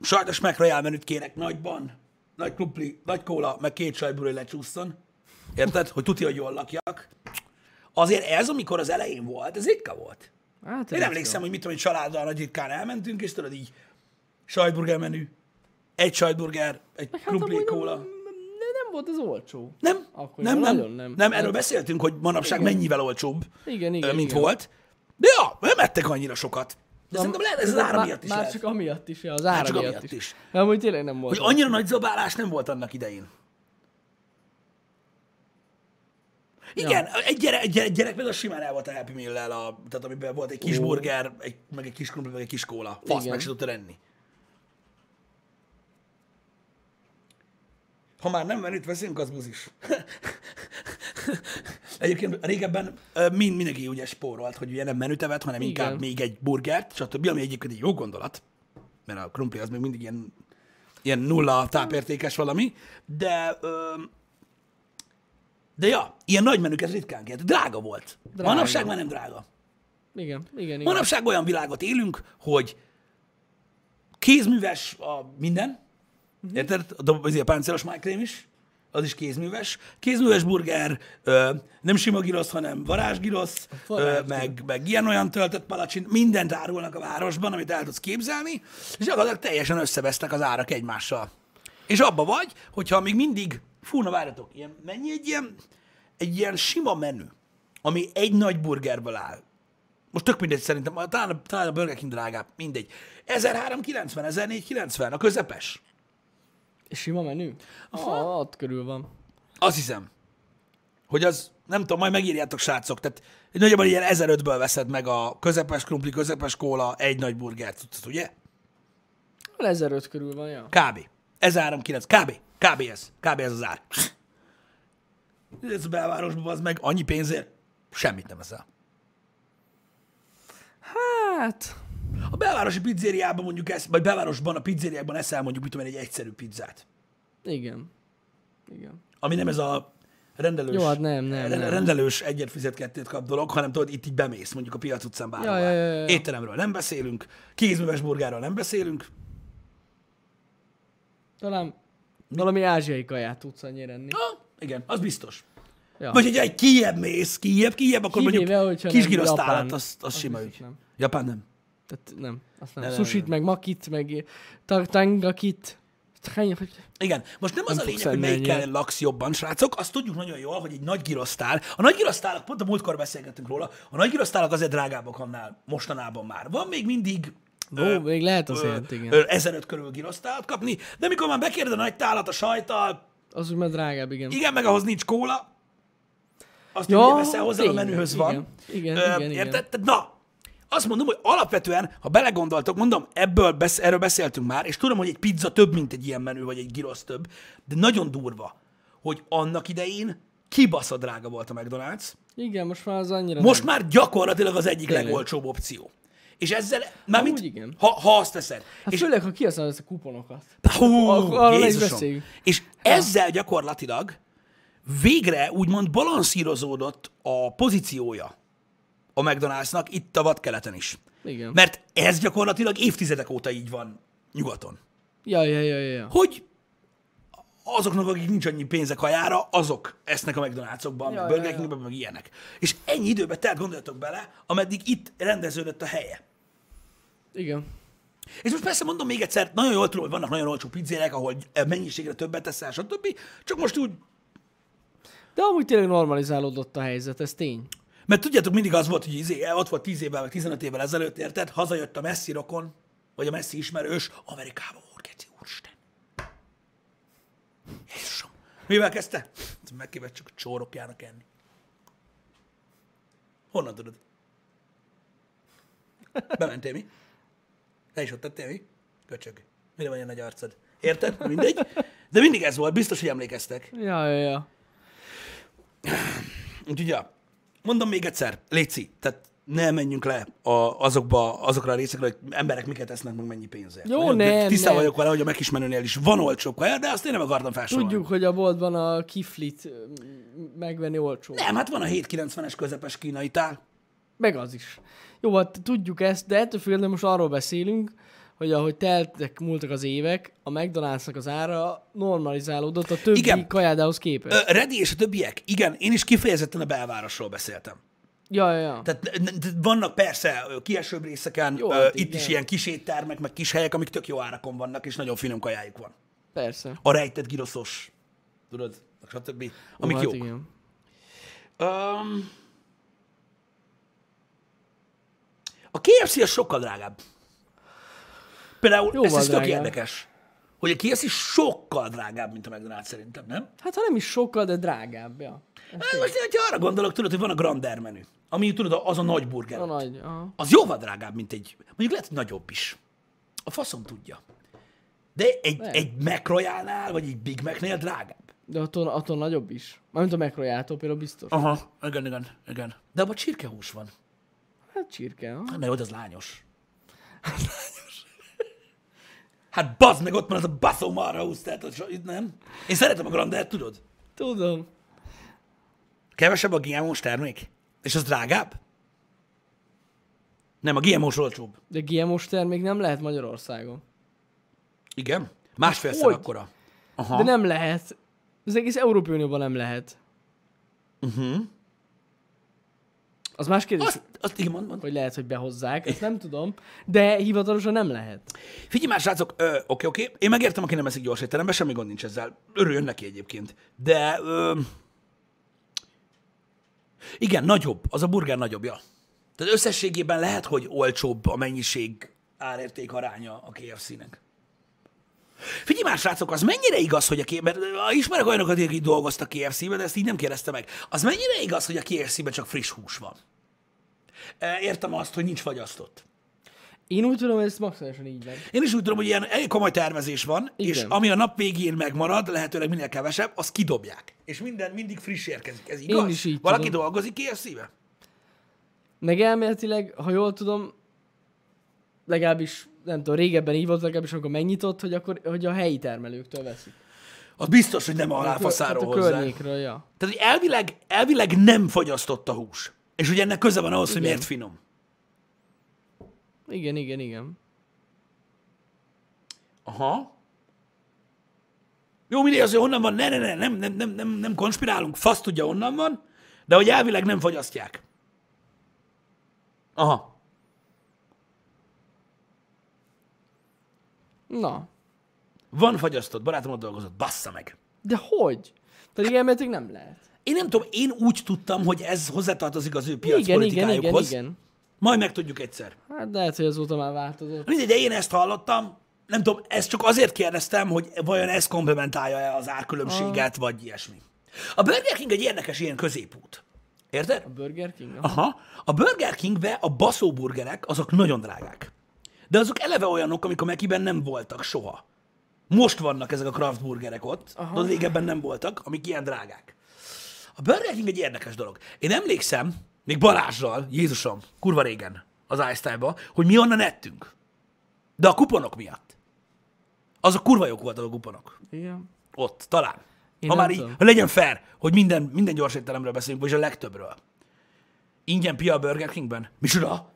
[SPEAKER 1] sajtos megrajál menüt kérek nagyban, nagy krupli, nagy kóla, meg két sajtbúré lecsúszson. Érted? Hogy tudja, hogy jól lakjak. Azért ez, amikor az elején volt, ez ritka volt.
[SPEAKER 2] Hát
[SPEAKER 1] Én
[SPEAKER 2] ez
[SPEAKER 1] emlékszem, hogy mit tudom, hogy családdal nagy ritkán elmentünk, és tudod így, sajtburger menü, egy sajtburger, egy
[SPEAKER 2] jó. Hát
[SPEAKER 1] krupli,
[SPEAKER 2] amúgy nem,
[SPEAKER 1] kóla.
[SPEAKER 2] nem, nem volt ez olcsó.
[SPEAKER 1] Nem,
[SPEAKER 2] Akkor
[SPEAKER 1] nem, nem,
[SPEAKER 2] nagyon nem.
[SPEAKER 1] nem. nem, erről beszéltünk, hogy manapság igen. mennyivel olcsóbb,
[SPEAKER 2] Igen, igen,
[SPEAKER 1] igen, mint
[SPEAKER 2] igen.
[SPEAKER 1] igen. volt. De ja, nem ettek annyira sokat. De
[SPEAKER 2] Na,
[SPEAKER 1] szerintem lehet, ez az ára
[SPEAKER 2] már-
[SPEAKER 1] miatt is
[SPEAKER 2] Már
[SPEAKER 1] lehet.
[SPEAKER 2] csak amiatt is, ja, az ára
[SPEAKER 1] csak
[SPEAKER 2] miatt,
[SPEAKER 1] amiatt
[SPEAKER 2] is.
[SPEAKER 1] is.
[SPEAKER 2] De amúgy tényleg nem volt.
[SPEAKER 1] Hogy annyira nagy zabálás nem volt annak idején. Igen, egy, gyerek, egy, gyerek, egy gyerek például simán el volt a Happy Meal-lel, a, tehát amiben volt egy kis burger, egy, meg egy kis krumpli, meg egy kis kóla. Fasz,
[SPEAKER 2] Igen.
[SPEAKER 1] meg se tudta enni. Ha már nem menüt veszünk, az buzis. [LAUGHS] Egyébként régebben ö, mind, mindenki ugye spórolt, hogy ugye nem menüt evett, hanem inkább
[SPEAKER 2] Igen.
[SPEAKER 1] még egy burgert, stb. Ami egyébként egy jó gondolat, mert a krumpli az még mindig ilyen, ilyen nulla tápértékes valami, de ö, de ja, ilyen nagy menüket ritkán kellett. Drága volt. Drága.
[SPEAKER 2] Drága.
[SPEAKER 1] Manapság már nem drága.
[SPEAKER 2] Igen, igen, igen.
[SPEAKER 1] Manapság olyan világot élünk, hogy kézműves a minden. Uh-huh. Érted? A, dob- azért a páncélos májkrém is. Az is kézműves. Kézműves burger, ö, nem sima girosz, hanem varázsgirosz, ö,
[SPEAKER 2] varázsgirosz.
[SPEAKER 1] meg, meg ilyen-olyan töltött palacsin, mindent árulnak a városban, amit el tudsz képzelni, és gyakorlatilag teljesen összevesznek az árak egymással. És abba vagy, hogyha még mindig, fú, na várjatok, ilyen, mennyi egy ilyen, egy ilyen sima menü, ami egy nagy burgerből áll, most tök mindegy szerintem, talán, a- talán a Burger King drágább, mindegy. 1390, 1490, a közepes.
[SPEAKER 2] És sima menü? Aha. Ott körül van.
[SPEAKER 1] Azt hiszem, hogy az, nem tudom, majd megírjátok, srácok, tehát egy nagyjából ilyen 1005-ből veszed meg a közepes krumpli, közepes kóla, egy nagy burgert, tudsz, ugye?
[SPEAKER 2] Van 1005 körül van, ja.
[SPEAKER 1] Kb. 1039, kb. Kb. ez. Kb. ez az ár. Ez a belvárosban az meg annyi pénzért semmit nem eszel.
[SPEAKER 2] Hát...
[SPEAKER 1] A belvárosi pizzériában mondjuk ezt, vagy belvárosban a pizzériákban eszel mondjuk, mit tudom én, egy egyszerű pizzát.
[SPEAKER 2] Igen. Igen.
[SPEAKER 1] Ami nem ez a rendelős,
[SPEAKER 2] Jó, hát nem, nem,
[SPEAKER 1] re-
[SPEAKER 2] nem.
[SPEAKER 1] rendelős egyet fizet, kettőt kap dolog, hanem tudod, itt így bemész, mondjuk a piac utcán bárhová.
[SPEAKER 2] Ja, ja, ja, ja.
[SPEAKER 1] Étteremről nem beszélünk, kézműves burgáról nem beszélünk,
[SPEAKER 2] Talán valami ázsiai kaját tudsz annyira enni.
[SPEAKER 1] Ah, igen, az biztos.
[SPEAKER 2] Ja.
[SPEAKER 1] Ja. Vagy hogyha egy kijebb mész, kijebb, kijebb, akkor
[SPEAKER 2] Kivéve,
[SPEAKER 1] mondjuk
[SPEAKER 2] hogyha
[SPEAKER 1] kis
[SPEAKER 2] nem
[SPEAKER 1] girasztálat,
[SPEAKER 2] Japán.
[SPEAKER 1] az, az, az
[SPEAKER 2] Az
[SPEAKER 1] sima
[SPEAKER 2] biztos
[SPEAKER 1] ügy.
[SPEAKER 2] nem.
[SPEAKER 1] Japán nem.
[SPEAKER 2] Tehát nem, azt nem.
[SPEAKER 1] Ne, ne,
[SPEAKER 2] Sushit, meg makit, meg tartangakit.
[SPEAKER 1] Igen, most nem, az a
[SPEAKER 2] fogsz
[SPEAKER 1] lényeg, hogy
[SPEAKER 2] enni
[SPEAKER 1] melyikkel
[SPEAKER 2] ennyire.
[SPEAKER 1] laksz jobban, srácok, azt tudjuk nagyon jól, hogy egy nagy girasztál, a nagy girasztálak, pont a múltkor beszélgettünk róla, a nagy girasztálak azért drágábbak annál mostanában már. Van még mindig
[SPEAKER 2] Ó, még lehet
[SPEAKER 1] ö,
[SPEAKER 2] azért, igen.
[SPEAKER 1] ö, 1500 körül girasztálat kapni, de mikor már bekérd a nagy tálat a sajtal,
[SPEAKER 2] Az úgy már drágább, igen.
[SPEAKER 1] igen, meg ahhoz nincs kóla, azt
[SPEAKER 2] Ja,
[SPEAKER 1] ja, ugye veszel hozzá, a
[SPEAKER 2] tényleg,
[SPEAKER 1] menühöz
[SPEAKER 2] igen.
[SPEAKER 1] van.
[SPEAKER 2] Igen,
[SPEAKER 1] Ö,
[SPEAKER 2] igen, igen.
[SPEAKER 1] Érted? Tehát Na, azt mondom, hogy alapvetően, ha belegondoltok, mondom, ebből besz- erről beszéltünk már, és tudom, hogy egy pizza több, mint egy ilyen menü, vagy egy girosz több, de nagyon durva, hogy annak idején kibasza drága volt a McDonald's,
[SPEAKER 2] Igen, most már az annyira
[SPEAKER 1] most
[SPEAKER 2] nem.
[SPEAKER 1] már gyakorlatilag az egyik
[SPEAKER 2] Tényleg.
[SPEAKER 1] legolcsóbb opció. És ezzel, már
[SPEAKER 2] Amúgy
[SPEAKER 1] mit,
[SPEAKER 2] igen.
[SPEAKER 1] ha, ha azt teszed.
[SPEAKER 2] Hát
[SPEAKER 1] és
[SPEAKER 2] főleg, ha kihasználod ezt a kuponokat.
[SPEAKER 1] Hú,
[SPEAKER 2] Ar- arról ne is
[SPEAKER 1] Jézusom.
[SPEAKER 2] beszéljünk.
[SPEAKER 1] És ezzel gyakorlatilag végre úgymond balanszírozódott a pozíciója a McDonald'snak itt a vadkeleten is.
[SPEAKER 2] Igen.
[SPEAKER 1] Mert ez gyakorlatilag évtizedek óta így van nyugaton.
[SPEAKER 2] Ja, ja, ja, ja, ja.
[SPEAKER 1] Hogy azoknak, akik nincs annyi pénzek hajára, azok esznek a McDonald'sokban,
[SPEAKER 2] Ja,
[SPEAKER 1] meg
[SPEAKER 2] ja,
[SPEAKER 1] Burger
[SPEAKER 2] ja.
[SPEAKER 1] Kingben, meg ilyenek. És ennyi időbe telt, gondoljatok bele, ameddig itt rendeződött a helye.
[SPEAKER 2] Igen.
[SPEAKER 1] És most persze mondom még egyszer, nagyon jól tudom, hogy vannak nagyon olcsó pizzérek, ahol mennyiségre többet teszel, stb. Csak most úgy,
[SPEAKER 2] De amúgy tényleg normalizálódott a helyzet, ez tény.
[SPEAKER 1] mert tudjátok, mindig az volt, hogy izé, ott volt 10 évvel, vagy 15 évvel ezelőtt, érted? Hazajött a messzi rokon, vagy a messzi ismerős Amerikába, úrgeci, úristen. Jézusom. Mivel kezdte? Megkívett csak a csórokjának enni. Honnan tudod? Bementél mi? Te is ott tettél mi? Köcsög. Mire van ilyen nagy arcod? Érted? Mindegy. De mindig ez volt, biztos, hogy emlékeztek.
[SPEAKER 2] Ja, ja, ja.
[SPEAKER 1] Úgyhogy, ja, mondom még egyszer, Léci, tehát ne menjünk le a, azokba, azokra a részekre, hogy emberek miket esznek, meg mennyi pénzért.
[SPEAKER 2] Jó,
[SPEAKER 1] Nagyon-
[SPEAKER 2] nem,
[SPEAKER 1] Tisztában
[SPEAKER 2] nem.
[SPEAKER 1] vagyok vele, hogy a megkismerőnél is van olcsóbb kaja, de azt én nem akartam felsorolni.
[SPEAKER 2] Tudjuk, hogy a boltban a kiflit ö, m- megvenni olcsó.
[SPEAKER 1] Nem, hát van a 790-es közepes kínai tál.
[SPEAKER 2] Meg az is. Jó, hát tudjuk ezt, de ettől függetlenül most arról beszélünk, hogy ahogy teltek, múltak az évek, a McDonald'snak az ára normalizálódott a többi
[SPEAKER 1] Igen.
[SPEAKER 2] Igen. kajádához
[SPEAKER 1] Ö,
[SPEAKER 2] képest.
[SPEAKER 1] Redi és a többiek, igen, én is kifejezetten a belvárosról beszéltem.
[SPEAKER 2] Ja, ja, ja.
[SPEAKER 1] Tehát n- n- tehát vannak persze ö, kiesőbb részeken,
[SPEAKER 2] Jó,
[SPEAKER 1] Jó,
[SPEAKER 2] hát
[SPEAKER 1] itt is
[SPEAKER 2] igen.
[SPEAKER 1] ilyen kis éttermek, meg kis helyek, amik tök jó árakon vannak, és nagyon finom kajájuk van.
[SPEAKER 2] Persze.
[SPEAKER 1] A rejtett giroszos, tudod, meg stb. Amik
[SPEAKER 2] Ó, hát
[SPEAKER 1] jók.
[SPEAKER 2] igen.
[SPEAKER 1] Um, a KFC az sokkal drágább. Például
[SPEAKER 2] Jóval
[SPEAKER 1] ez, ez tök
[SPEAKER 2] drágább.
[SPEAKER 1] érdekes, hogy a KFC sokkal drágább, mint a McDonald's szerintem, nem?
[SPEAKER 2] Hát ha nem is sokkal, de drágább, ja.
[SPEAKER 1] Hát most, ha arra gondolok, tudod, hogy van a Grander menü, ami tudod, az a nagy burger.
[SPEAKER 2] A nagy, aha.
[SPEAKER 1] Az jóval drágább, mint egy, mondjuk lehet, hogy nagyobb is. A faszom tudja. De egy,
[SPEAKER 2] Nem.
[SPEAKER 1] egy Mac Royale-nál, vagy egy Big Mac-nél drágább.
[SPEAKER 2] De attól, attól nagyobb is. Mármint a mekrojától például biztos.
[SPEAKER 1] Aha, igen, igen, igen. De abban csirkehús van.
[SPEAKER 2] Hát csirke, aha.
[SPEAKER 1] Hát mert ott az lányos. Hát bazd meg, ott van az a baszó marra húsz, tehát az, itt nem? Én szeretem a grandert, tudod?
[SPEAKER 2] Tudom.
[SPEAKER 1] Kevesebb a GMO-s termék? És az drágább? Nem, a GMO-s olcsóbb.
[SPEAKER 2] De GMO-s termék nem lehet Magyarországon.
[SPEAKER 1] Igen? Másfélszer
[SPEAKER 2] Hogy?
[SPEAKER 1] akkora. Aha.
[SPEAKER 2] De nem lehet. Az egész Európai Unióban nem lehet. Uh-huh.
[SPEAKER 1] Mhm.
[SPEAKER 2] Az más kérdés,
[SPEAKER 1] Azt, azt igen, mond, mond.
[SPEAKER 2] hogy lehet, hogy behozzák, ezt nem tudom, de hivatalosan nem lehet.
[SPEAKER 1] Figyelj már, srácok, ö, oké, oké. Én megértem, aki nem eszik gyors étterembe, semmi gond nincs ezzel. Örüljön neki egyébként. De, ö, igen, nagyobb. Az a burger nagyobb, ja. Tehát összességében lehet, hogy olcsóbb a mennyiség árérték aránya a KFC-nek. Figyelj már, srácok, az mennyire igaz, hogy a KFC, mert ö, ismerek olyanokat, akik dolgoztak KFC-ben, de ezt így nem kérdezte meg. Az mennyire igaz, hogy a KFC-ben csak friss hús van? E, Értem azt, hogy nincs fagyasztott.
[SPEAKER 2] Én úgy tudom, hogy ez maximálisan így van.
[SPEAKER 1] Én is úgy tudom, hogy ilyen elég komoly tervezés van, Igen.
[SPEAKER 2] Igen.
[SPEAKER 1] és ami a nap végén megmarad, lehetőleg minél kevesebb, azt kidobják. És minden mindig friss érkezik. Ez igaz?
[SPEAKER 2] is így
[SPEAKER 1] Valaki
[SPEAKER 2] tudom.
[SPEAKER 1] dolgozik ki a szíve?
[SPEAKER 2] Meg elméletileg, ha jól tudom, legalábbis, nem tudom, régebben így volt, legalábbis amikor megnyitott, hogy akkor hogy a helyi termelőktől veszik.
[SPEAKER 1] Az biztos, hogy nem a
[SPEAKER 2] A kö- hát
[SPEAKER 1] láfaszáról
[SPEAKER 2] a
[SPEAKER 1] hozzá.
[SPEAKER 2] környékről, ja.
[SPEAKER 1] Tehát, hogy elvileg, elvileg nem fogyasztott a hús. És ugye ennek köze van ahhoz, hogy
[SPEAKER 2] Igen.
[SPEAKER 1] miért finom.
[SPEAKER 2] Igen, igen, igen.
[SPEAKER 1] Aha. Jó, mindegy az, hogy honnan van, ne, ne, ne, nem, nem, nem, nem, nem konspirálunk, fasz tudja, honnan van, de hogy elvileg nem fogyasztják. Aha.
[SPEAKER 2] Na,
[SPEAKER 1] Van fogyasztott, barátom ott dolgozott, bassza meg.
[SPEAKER 2] de hogy? Pedig elméletileg nem lehet.
[SPEAKER 1] Én nem tudom, én úgy tudtam, hogy ez hozzátartozik az ő
[SPEAKER 2] Igen, igen, igen,
[SPEAKER 1] piacpolitikájukhoz.
[SPEAKER 2] igen.
[SPEAKER 1] Majd megtudjuk egyszer.
[SPEAKER 2] Hát lehet, hogy azóta már változott.
[SPEAKER 1] Mindegy, de én ezt hallottam, nem tudom, ezt csak azért kérdeztem, hogy vajon ez komplementálja-e az
[SPEAKER 2] Ah.
[SPEAKER 1] árkülönbséget, vagy ilyesmi. A Burger King egy érdekes ilyen középút. Érted?
[SPEAKER 2] A Burger King? Aha.
[SPEAKER 1] Aha. A Burger Kingbe a baszóburgerek, azok nagyon drágák. De azok eleve olyanok, amik a Mekiben nem voltak soha. Most vannak ezek a craft burgerek ott, Aha. de régebben nem voltak, amik ilyen drágák. A Burger King egy érdekes dolog. Én emlékszem, még Balázsral, Jézusom, kurva régen az iStyle-ba, hogy mi onnan ettünk. De a kuponok miatt. Azok kurva jók voltak a kuponok.
[SPEAKER 2] Igen.
[SPEAKER 1] Ott, talán.
[SPEAKER 2] Én
[SPEAKER 1] ha
[SPEAKER 2] nem
[SPEAKER 1] már így,
[SPEAKER 2] tudom.
[SPEAKER 1] ha legyen fair, hogy minden, minden gyors étteremről beszélünk, vagyis a legtöbbről. Ingyen pia a Burger Kingben? Micsoda?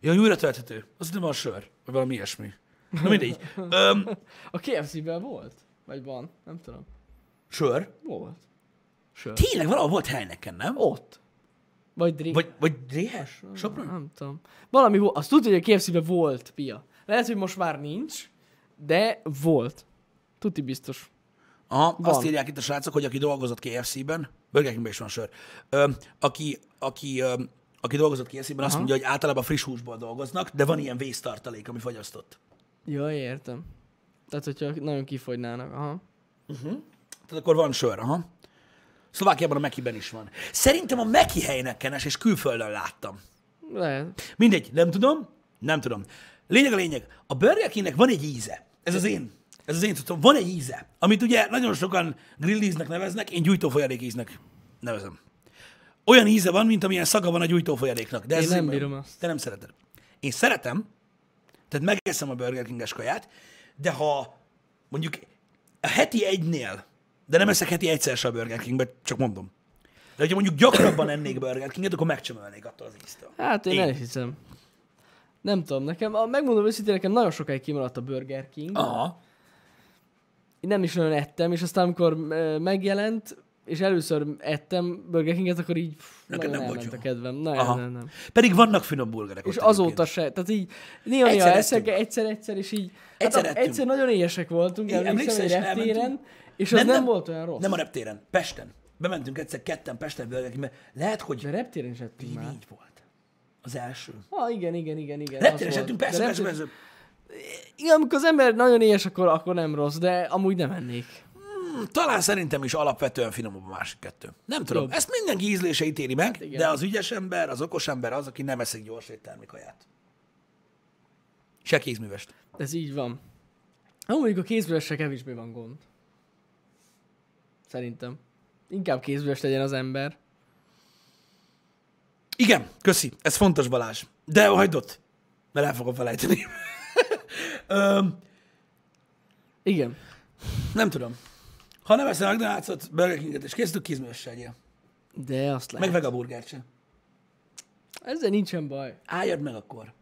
[SPEAKER 1] Ja, újra tölthető. Az nem a sör, vagy valami ilyesmi. Na mindegy. Öm,
[SPEAKER 2] A KFC-ben volt? Vagy van? Nem tudom.
[SPEAKER 1] sör?
[SPEAKER 2] Volt. Sör.
[SPEAKER 1] Tényleg valahol volt Heineken, nem?
[SPEAKER 2] Ott. Vagy Drake.
[SPEAKER 1] Vagy, vagy Dréhes? Sopron?
[SPEAKER 2] Nem tudom. Valami volt. Azt tudja, hogy a KFC-ben volt pia. Lehet, hogy most már nincs, de volt. Tuti biztos.
[SPEAKER 1] Aha, azt
[SPEAKER 2] Van.
[SPEAKER 1] írják itt a srácok, hogy aki dolgozott KFC-ben, Burger Kingben is van sör, ö, aki, aki, ö, aki dolgozott KFC-ben, azt mondja, hogy általában friss húsból dolgoznak, de van ilyen vésztartalék, ami fogyasztott.
[SPEAKER 2] Jaj, értem. Tehát, hogyha nagyon kifogynának. Aha.
[SPEAKER 1] Tehát akkor van sör, aha. Szlovákiában a Mekiben is van. Szerintem a Meki helynekenes, és külföldön láttam.
[SPEAKER 2] Lehet.
[SPEAKER 1] Mindegy, nem tudom, nem tudom. Lényeg a lényeg, a Burger Kingnek van egy íze. Ez az én. Ez az én tudom. Van egy íze, amit ugye nagyon sokan grillíznek neveznek, én gyújtófolyadék íznek nevezem. Olyan íze van, mint amilyen szaga van a gyújtófolyadéknak. De ez
[SPEAKER 2] Én
[SPEAKER 1] az
[SPEAKER 2] nem
[SPEAKER 1] én bajom.
[SPEAKER 2] bírom azt.
[SPEAKER 1] Te nem szereted. Én szeretem, tehát megeszem a Burger King-es kaját, de ha mondjuk a heti egynél, de nem eszek heti egyszer se a Burger Kingbe, csak mondom. De hogyha mondjuk gyakrabban ennék Burger Kinget, akkor megcsömölnék attól az íztől.
[SPEAKER 2] Hát én,
[SPEAKER 1] Én.
[SPEAKER 2] én. elhiszem. Nem tudom, nekem, a- megmondom őszintén, nekem nagyon sokáig kimaradt a Burger King.
[SPEAKER 1] Aha.
[SPEAKER 2] Én nem is nagyon ettem, és aztán amikor ö, megjelent, és először ettem Burger Kinget, akkor így pff,
[SPEAKER 1] Neked
[SPEAKER 2] nagyon
[SPEAKER 1] nem
[SPEAKER 2] nem
[SPEAKER 1] volt
[SPEAKER 2] elment
[SPEAKER 1] jó.
[SPEAKER 2] a kedvem. Nem,
[SPEAKER 1] Aha.
[SPEAKER 2] nem, nem.
[SPEAKER 1] Pedig vannak finom bulgarek.
[SPEAKER 2] És
[SPEAKER 1] ott
[SPEAKER 2] azóta
[SPEAKER 1] egyébként.
[SPEAKER 2] se, tehát így néha néha
[SPEAKER 1] Egyszer
[SPEAKER 2] eszek,
[SPEAKER 1] ettünk.
[SPEAKER 2] egyszer-egyszer, és így,
[SPEAKER 1] Egyszer
[SPEAKER 2] hát, a-
[SPEAKER 1] ettünk.
[SPEAKER 2] egyszer nagyon éhesek voltunk,
[SPEAKER 1] Én
[SPEAKER 2] emlékszem,
[SPEAKER 1] emlékszem,
[SPEAKER 2] egy
[SPEAKER 1] és
[SPEAKER 2] reptéren,
[SPEAKER 1] elmentünk.
[SPEAKER 2] és az nem, nem, volt olyan rossz.
[SPEAKER 1] Nem a reptéren, Pesten. Bementünk egyszer ketten Pesten Burger Kingbe. Lehet, hogy
[SPEAKER 2] De reptéren is ettünk már.
[SPEAKER 1] így volt. Az első.
[SPEAKER 2] Ha, igen, igen, igen, igen. az
[SPEAKER 1] Reptéren
[SPEAKER 2] volt.
[SPEAKER 1] esettünk,
[SPEAKER 2] De
[SPEAKER 1] persze, persze,
[SPEAKER 2] reptéren-
[SPEAKER 1] persze.
[SPEAKER 2] Igen, amikor az ember nagyon éhes, akkor, akkor nem rossz, de amúgy nem ennék.
[SPEAKER 1] Talán szerintem is alapvetően finomabb a másik kettő. Nem tudom,
[SPEAKER 2] Jobb. Hát
[SPEAKER 1] ezt mindenki ízlése ítéli meg,
[SPEAKER 2] igen.
[SPEAKER 1] de az ügyes ember, az okos ember az, aki nem eszik gyors éttermi kaját. Se kézművest.
[SPEAKER 2] Ez így van. Amúgy a kézbülössel kevésbé van gond. Szerintem. Inkább kézbülös legyen az ember.
[SPEAKER 1] Igen, köszi. Ez fontos, Balázs. De hagyd ott, mert el fogom felejteni. Öm,
[SPEAKER 2] Igen.
[SPEAKER 1] Nem tudom. Ha nem eszel McDonald's-ot, Burger King-et, és készítünk kézműves egyél.
[SPEAKER 2] De azt lehet.
[SPEAKER 1] Meg
[SPEAKER 2] Meg...
[SPEAKER 1] vegaburgert se.
[SPEAKER 2] Ezzel nincsen baj.
[SPEAKER 1] Álljad meg akkor.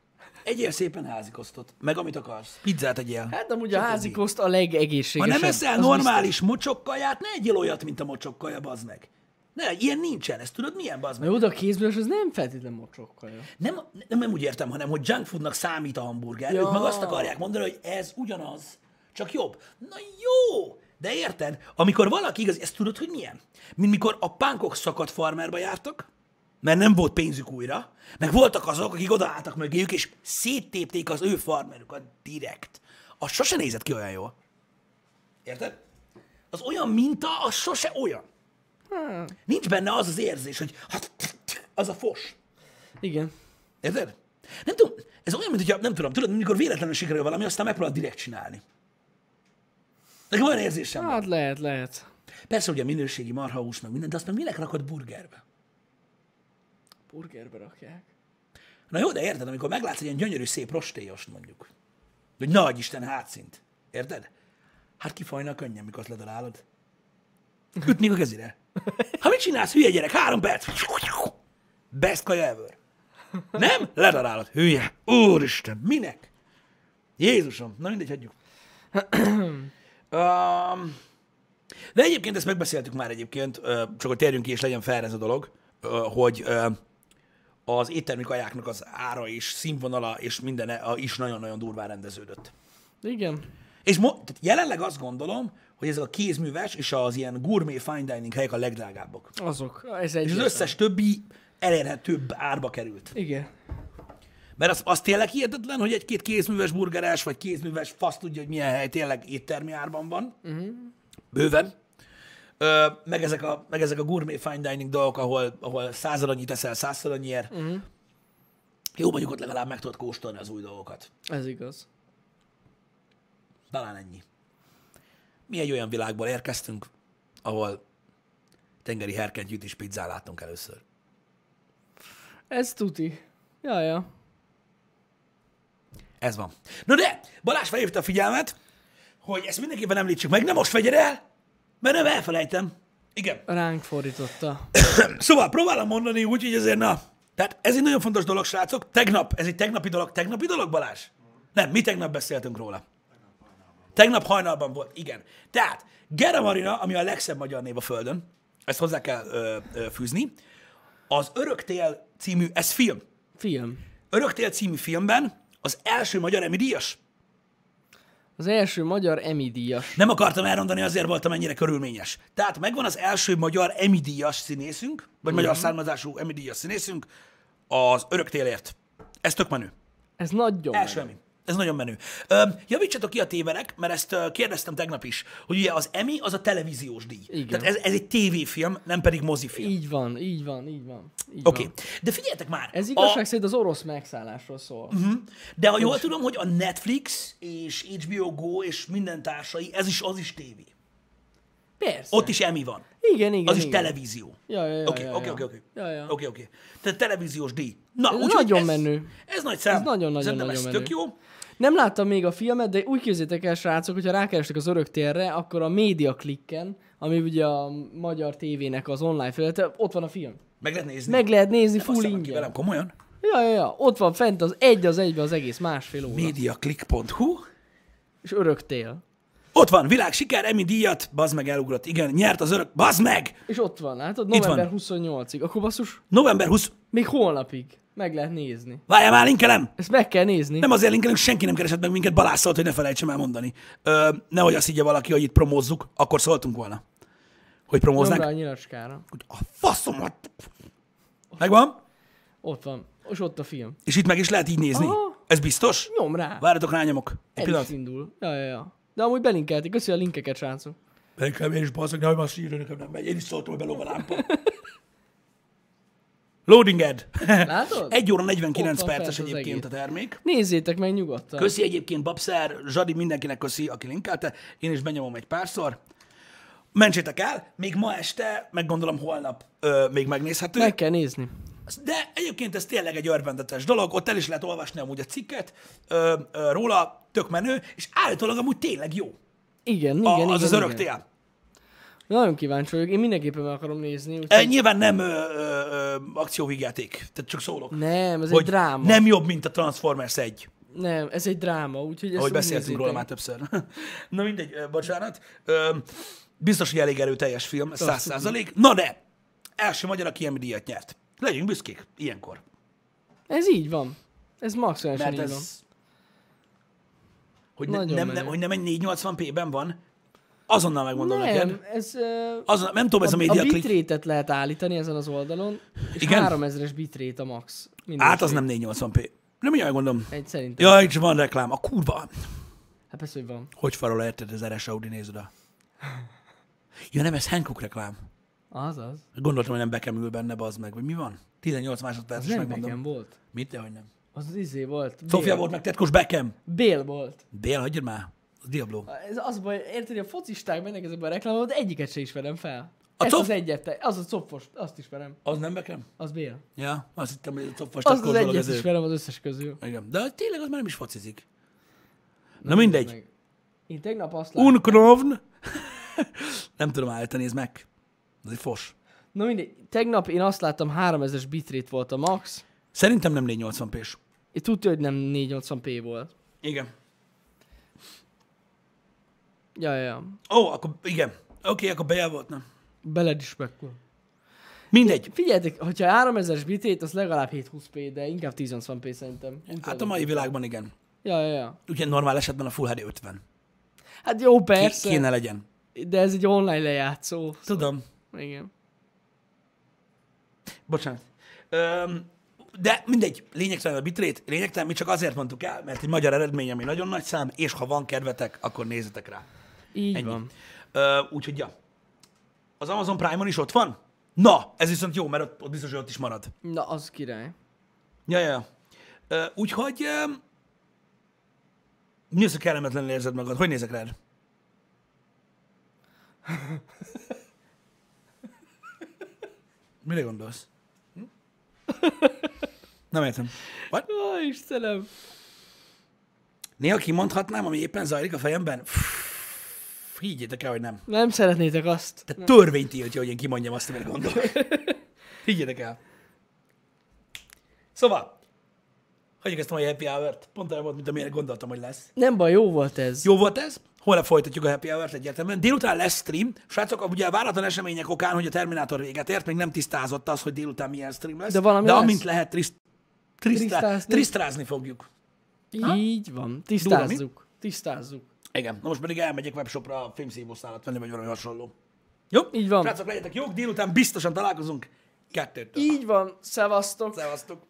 [SPEAKER 1] Egyél szépen házikosztot, meg amit akarsz. Pizzát egyél.
[SPEAKER 2] Hát amúgy a
[SPEAKER 1] Csak
[SPEAKER 2] házi
[SPEAKER 1] ennyi.
[SPEAKER 2] koszt a
[SPEAKER 1] Ha
[SPEAKER 2] legegészségesebb.
[SPEAKER 1] nem eszel
[SPEAKER 2] az
[SPEAKER 1] normális mocsokkaját, ne egyél olyat, mint a mocsokkaja, bazd meg. Ne, ilyen nincsen, ezt tudod, milyen bazd meg?
[SPEAKER 2] Na jó, de a kézbőrös az nem feltétlen mocsokkal jó.
[SPEAKER 1] Nem, nem, nem úgy értem, hanem hogy junk foodnak számít a hamburger. Ja.
[SPEAKER 2] Ja.
[SPEAKER 1] Ők meg azt akarják mondani, hogy ez ugyanaz, csak jobb. Na jó, de érted? Amikor valaki igaz, ezt tudod, hogy milyen? Mint mikor a pánkok szakadt farmerba jártak, mert nem volt pénzük újra, meg voltak azok, akik odaálltak mögéjük, és széttépték az ő farmerüket direkt. Az sose nézett ki olyan jól. Érted? Az olyan minta, az sose olyan. Nincs benne az az érzés, hogy hát, az a fos.
[SPEAKER 2] Igen.
[SPEAKER 1] Érted? Nem tudom, ez olyan, mint hogyha, nem tudom, tudod, amikor véletlenül sikerül valami, aztán megpróbál direkt csinálni. Nekem olyan érzésem van.
[SPEAKER 2] Hát lehet, lehet.
[SPEAKER 1] Persze ugye minőségi marhahús, meg minden, de azt meg minek rakod burgerbe?
[SPEAKER 2] Burgerbe rakják.
[SPEAKER 1] Na jó, de érted, amikor meglátsz egy ilyen gyönyörű, szép rostélyost mondjuk, hogy nagy Isten hátszint, érted? Hát kifajna a könnyen, mikor azt ledarálod. Ütnék a kezére. Ha mit csinálsz, hülye gyerek, három perc. Best kaja ever. Nem? Ledarálod. Hülye. Úristen, minek? Jézusom. Na mindegy, hagyjuk. um, de egyébként ezt megbeszéltük már egyébként, ö, csak hogy térjünk ki, és legyen fair ez a dolog, ö, hogy ö, az éttermi kajáknak az ára és színvonala és minden is nagyon-nagyon durván rendeződött.
[SPEAKER 2] Igen.
[SPEAKER 1] És mo- tehát jelenleg azt gondolom, hogy ezek a kézműves és az ilyen gourmet fine dining helyek a legdrágábbak.
[SPEAKER 2] Azok. Ez
[SPEAKER 1] És
[SPEAKER 2] egy.
[SPEAKER 1] az összes többi elérhetőbb árba került.
[SPEAKER 2] Igen.
[SPEAKER 1] Mert az, az tényleg hihetetlen, hogy egy-két kézműves burgeres, vagy kézműves fasz tudja, hogy milyen hely tényleg éttermi árban van. Uh-huh. Bőven. Ö, meg, ezek a, meg ezek a gourmet fine dining dolgok, ahol, ahol százal annyit eszel, százszor annyiért. Uh-huh. Jó, mondjuk ott legalább meg tudod kóstolni az új dolgokat.
[SPEAKER 2] Ez igaz.
[SPEAKER 1] Talán ennyi. Mi egy olyan világból érkeztünk, ahol tengeri herkentyűt és pizzán láttunk először.
[SPEAKER 2] Ez tuti. Ja, ja.
[SPEAKER 1] Ez van. Na de, Balázs felhívta a figyelmet, hogy ezt mindenképpen említsük meg, nem most vegyed el, mert nem elfelejtem. Igen.
[SPEAKER 2] Ránk fordította.
[SPEAKER 1] Szóval próbálom mondani úgy, hogy azért na. Tehát ez egy nagyon fontos dolog, srácok. Tegnap, ez egy tegnapi dolog. Tegnapi dolog, Balázs? Nem, mi tegnap beszéltünk róla. Tegnap hajnalban volt, igen. Tehát Gera Marina, ami a legszebb magyar név a Földön, ezt hozzá kell ö, ö, fűzni, az Öröktél című, ez film,
[SPEAKER 2] Film.
[SPEAKER 1] Öröktél című filmben az első magyar Emmy díjas.
[SPEAKER 2] Az első magyar Emmy díjas.
[SPEAKER 1] Nem akartam elmondani, azért voltam ennyire körülményes. Tehát megvan az első magyar emidíjas színészünk, vagy magyar származású emidíjas színészünk, az örök télért. Ez tök menő.
[SPEAKER 2] Ez nagyon
[SPEAKER 1] Első
[SPEAKER 2] menő.
[SPEAKER 1] Emmy. Ez nagyon menő. Ö, javítsatok ki a tévedek, mert ezt ö, kérdeztem tegnap is, hogy ugye az Emmy az a televíziós díj.
[SPEAKER 2] Igen.
[SPEAKER 1] Tehát ez, ez egy tévéfilm, nem pedig mozifilm.
[SPEAKER 2] Így van, így van, így van. Így
[SPEAKER 1] Oké.
[SPEAKER 2] van.
[SPEAKER 1] Okay. De figyeljetek már!
[SPEAKER 2] Ez
[SPEAKER 1] a- Mhm.
[SPEAKER 2] igazság szerint az orosz megszállásról szól.
[SPEAKER 1] De ha jól tudom, hogy a Netflix és HBO Go és minden társai, ez is az is tévé.
[SPEAKER 2] Persze.
[SPEAKER 1] Ott is Emmy van.
[SPEAKER 2] igen, igen,
[SPEAKER 1] Az is
[SPEAKER 2] igen.
[SPEAKER 1] televízió.
[SPEAKER 2] Ja, ja, ja,
[SPEAKER 1] Oké,
[SPEAKER 2] ja,
[SPEAKER 1] oké,
[SPEAKER 2] ja.
[SPEAKER 1] oké, oké.
[SPEAKER 2] Ja, ja.
[SPEAKER 1] Oké, oké. Tehát televíziós díj. Na,
[SPEAKER 2] Ez
[SPEAKER 1] úgyhogy
[SPEAKER 2] nagyon
[SPEAKER 1] ez,
[SPEAKER 2] menő.
[SPEAKER 1] Ez nagy szám.
[SPEAKER 2] Ez nagyon-nagyon,
[SPEAKER 1] Szerintem ez
[SPEAKER 2] nagyon
[SPEAKER 1] tök jó.
[SPEAKER 2] Nem láttam még a filmet, de úgy képzétek el, srácok, hogyha rákerestek az örök térre, akkor a média klikken, ami ugye a magyar tévének az online felülete, ott van a film.
[SPEAKER 1] Meg lehet nézni.
[SPEAKER 2] Meg lehet nézni full
[SPEAKER 1] Aztán, aki
[SPEAKER 2] ingyen.
[SPEAKER 1] velem komolyan.
[SPEAKER 2] Ja, ja, ja, ott van fent az egy az egybe az egész másfél óra.
[SPEAKER 1] Mediaclick.hu
[SPEAKER 2] És örök tél.
[SPEAKER 1] Ott van, világ siker, Emmy díjat, bazd meg elugrott, igen, nyert az örök, bazd meg!
[SPEAKER 2] És ott van, látod?
[SPEAKER 1] Itt van.
[SPEAKER 2] November 28-ig. Akkor basszus,
[SPEAKER 1] November 20,
[SPEAKER 2] még holnapig meg lehet nézni.
[SPEAKER 1] várjál már, linkelem!
[SPEAKER 2] Ezt meg kell nézni.
[SPEAKER 1] Nem azért linkelünk, senki nem keresett meg minket, Balázs szólt, hogy ne felejtsem elmondani. Ö, nehogy azt higgye valaki, hogy itt promózzuk, akkor szóltunk volna, hogy
[SPEAKER 2] Nyomd
[SPEAKER 1] promóznánk.
[SPEAKER 2] rá a nyilacskára.
[SPEAKER 1] Hogy A faszomat! Megvan?
[SPEAKER 2] Ott van. És ott a film.
[SPEAKER 1] És itt meg is lehet így nézni?
[SPEAKER 2] Aha.
[SPEAKER 1] Ez biztos?
[SPEAKER 2] Nyom rá.
[SPEAKER 1] Várjatok, rányomok. Egy
[SPEAKER 2] El
[SPEAKER 1] pillanat.
[SPEAKER 2] is indul. Ja, ja, ja. De amúgy belinkelték. Köszi a linkeket, srácok.
[SPEAKER 1] Nekem én is baszok, nehogy már sírő, nekem nem megy. Én is szóltam, hogy belóg a lámpa. [LAUGHS] Loading ad.
[SPEAKER 2] Látod?
[SPEAKER 1] 1 óra 49
[SPEAKER 2] Ott van
[SPEAKER 1] perces
[SPEAKER 2] fent az
[SPEAKER 1] egyébként a
[SPEAKER 2] egész.
[SPEAKER 1] termék.
[SPEAKER 2] Nézzétek meg nyugodtan.
[SPEAKER 1] Köszi egyébként Babszer, Zsadi, mindenkinek köszi, aki linkelte. Én is benyomom egy párszor. Mentsétek el, még ma este, meg gondolom holnap ö, még megnézhető.
[SPEAKER 2] Meg kell nézni.
[SPEAKER 1] De egyébként ez tényleg egy örvendetes dolog, ott el is lehet olvasni amúgy a cikket ö, ö, róla, tök menő, és állítólag amúgy tényleg jó.
[SPEAKER 2] Igen, igen,
[SPEAKER 1] A,
[SPEAKER 2] igen.
[SPEAKER 1] az az
[SPEAKER 2] igen.
[SPEAKER 1] örök tél.
[SPEAKER 2] Nagyon kíváncsi vagyok. Én mindenképpen meg akarom nézni. Úgy...
[SPEAKER 1] E, nyilván nem ö, ö, ö, akcióvígjáték, tehát csak szólok.
[SPEAKER 2] Nem, ez egy dráma.
[SPEAKER 1] Nem jobb, mint a Transformers 1,
[SPEAKER 2] Nem, ez izé? egy dráma, úgyhogy ezt
[SPEAKER 1] ahogy
[SPEAKER 2] úgy
[SPEAKER 1] beszéltünk
[SPEAKER 2] nézzétek.
[SPEAKER 1] róla már többször. [LAUGHS] Na mindegy, ö, bocsánat. Ö, biztos, hogy elég erőteljes film, ez száz százalék. Na de, első magyar, aki Emmy díjat nyert. Legyünk büszkék, ilyenkor.
[SPEAKER 2] Ez így van. Ez maximálisan
[SPEAKER 1] Mert
[SPEAKER 2] így van.
[SPEAKER 1] ez... Hogy, ne,
[SPEAKER 2] Nagyon
[SPEAKER 1] nem,
[SPEAKER 2] menő.
[SPEAKER 1] nem, hogy nem egy 480p-ben van, azonnal megmondom neked.
[SPEAKER 2] Nem, ez... Uh...
[SPEAKER 1] Azonnal, nem tudom, ez a, a
[SPEAKER 2] a
[SPEAKER 1] média klik.
[SPEAKER 2] bitrétet lehet állítani ezen az oldalon, és
[SPEAKER 1] Igen?
[SPEAKER 2] Igen? 3000-es bitrét a max. Minőség.
[SPEAKER 1] Hát az nem 480p. Nem ilyen gondolom.
[SPEAKER 2] Egy szerintem.
[SPEAKER 1] Ja, itt van reklám. A kurva.
[SPEAKER 2] Hát persze, hogy van.
[SPEAKER 1] Hogy farol érted az RS Audi nézd oda? Ja nem, ez Hankook reklám.
[SPEAKER 2] Az az.
[SPEAKER 1] Gondoltam, hogy nem bekemül benne, az meg. Vagy mi van? 18 másodperc,
[SPEAKER 2] Ez
[SPEAKER 1] és
[SPEAKER 2] nem
[SPEAKER 1] megmondom.
[SPEAKER 2] nekem volt.
[SPEAKER 1] Mit, de hogy nem.
[SPEAKER 2] Az izé volt.
[SPEAKER 1] Sofia
[SPEAKER 2] Bél.
[SPEAKER 1] volt meg Tetkos Beckham.
[SPEAKER 2] Bél volt.
[SPEAKER 1] Bél, hagyjad már. Az Diablo.
[SPEAKER 2] Ez az baj, érted, hogy a focisták mennek ezekbe a reklámokba, de egyiket se ismerem fel.
[SPEAKER 1] A
[SPEAKER 2] A Ezt
[SPEAKER 1] cof-
[SPEAKER 2] az egyet, az a copfos, azt ismerem.
[SPEAKER 1] Az nem Beckham?
[SPEAKER 2] Az Bél.
[SPEAKER 1] Ja, azt hittem, hogy a copfas
[SPEAKER 2] Azt
[SPEAKER 1] Tetkos
[SPEAKER 2] az
[SPEAKER 1] dolog
[SPEAKER 2] egyet
[SPEAKER 1] az ő.
[SPEAKER 2] ismerem az összes közül.
[SPEAKER 1] Igen, de tényleg az már nem is focizik. Na mindegy.
[SPEAKER 2] Meg. Én tegnap azt láttam.
[SPEAKER 1] Unkrovn. [LAUGHS] nem tudom állítani, nézd meg. Ez egy fos.
[SPEAKER 2] Na mindegy, tegnap én azt láttam, 3000-es bitrate volt a max.
[SPEAKER 1] Szerintem nem 480 p -s.
[SPEAKER 2] Én tudja, hogy nem 480p volt.
[SPEAKER 1] Igen.
[SPEAKER 2] Ja, ja, ja.
[SPEAKER 1] Ó, akkor igen. Oké, akkor bejel volt, nem?
[SPEAKER 2] Beled is mekkor.
[SPEAKER 1] Mindegy.
[SPEAKER 2] Figyeljetek, hogyha 3000-es bitrate, az legalább 720p, de inkább 1080p szerintem. Úgy
[SPEAKER 1] Hát a
[SPEAKER 2] tudom.
[SPEAKER 1] mai világban igen.
[SPEAKER 2] Ja, ja, ja.
[SPEAKER 1] Ugye normál esetben a Full HD 50.
[SPEAKER 2] Hát jó,
[SPEAKER 1] Ki-
[SPEAKER 2] persze.
[SPEAKER 1] Kéne legyen.
[SPEAKER 2] De ez egy online lejátszó.
[SPEAKER 1] Tudom.
[SPEAKER 2] Igen.
[SPEAKER 1] Bocsánat. Öm, de mindegy, lényegtelen a bitrate, lényegtelen, mi csak azért mondtuk el, mert egy magyar eredmény, ami nagyon nagy szám, és ha van kedvetek, akkor nézzetek rá.
[SPEAKER 2] Így
[SPEAKER 1] Ennyi.
[SPEAKER 2] van.
[SPEAKER 1] Ö, úgyhogy, ja. Az Amazon Prime-on is ott van? Na, ez viszont jó, mert ott, ott biztos, hogy ott is marad.
[SPEAKER 2] Na, az király.
[SPEAKER 1] Ja, ja, ja. Ö, Úgyhogy... ö, Mi az, hogy kellemetlenül érzed magad? Hogy nézek rád? Mire gondolsz? Hm? Nem értem. What?
[SPEAKER 2] Ó, Istenem.
[SPEAKER 1] Néha kimondhatnám, ami éppen zajlik a fejemben? Pff, Higgyétek el, hogy nem.
[SPEAKER 2] Nem szeretnétek azt.
[SPEAKER 1] Tehát törvény tiltja, hogy én kimondjam azt, amire gondolok. Higgyétek el. Szóval, hagyjuk ezt a mai happy hour-t. Pont olyan volt, mint amire gondoltam, hogy lesz.
[SPEAKER 2] Nem baj, jó volt ez.
[SPEAKER 1] Jó volt ez? Holnap folytatjuk a happy hour-t egyértelműen. Délután lesz stream. Srácok, ugye a váratlan események okán, hogy a Terminátor véget ért, még nem tisztázott az, hogy délután milyen stream lesz.
[SPEAKER 2] De valami
[SPEAKER 1] De
[SPEAKER 2] lesz.
[SPEAKER 1] amint lehet, triszt, trisztrá,
[SPEAKER 2] Trisztázni.
[SPEAKER 1] trisztrázni fogjuk.
[SPEAKER 2] Jó. Így van. Tisztázzuk. Tisztázzuk.
[SPEAKER 1] Igen. Na most pedig elmegyek webshopra a filmszívószálat venni, vagy valami hasonló. Jó?
[SPEAKER 2] Így van.
[SPEAKER 1] Srácok, legyetek jók, délután biztosan találkozunk. Kettőtől.
[SPEAKER 2] Így van. Szevasztok.
[SPEAKER 1] Szevasztok.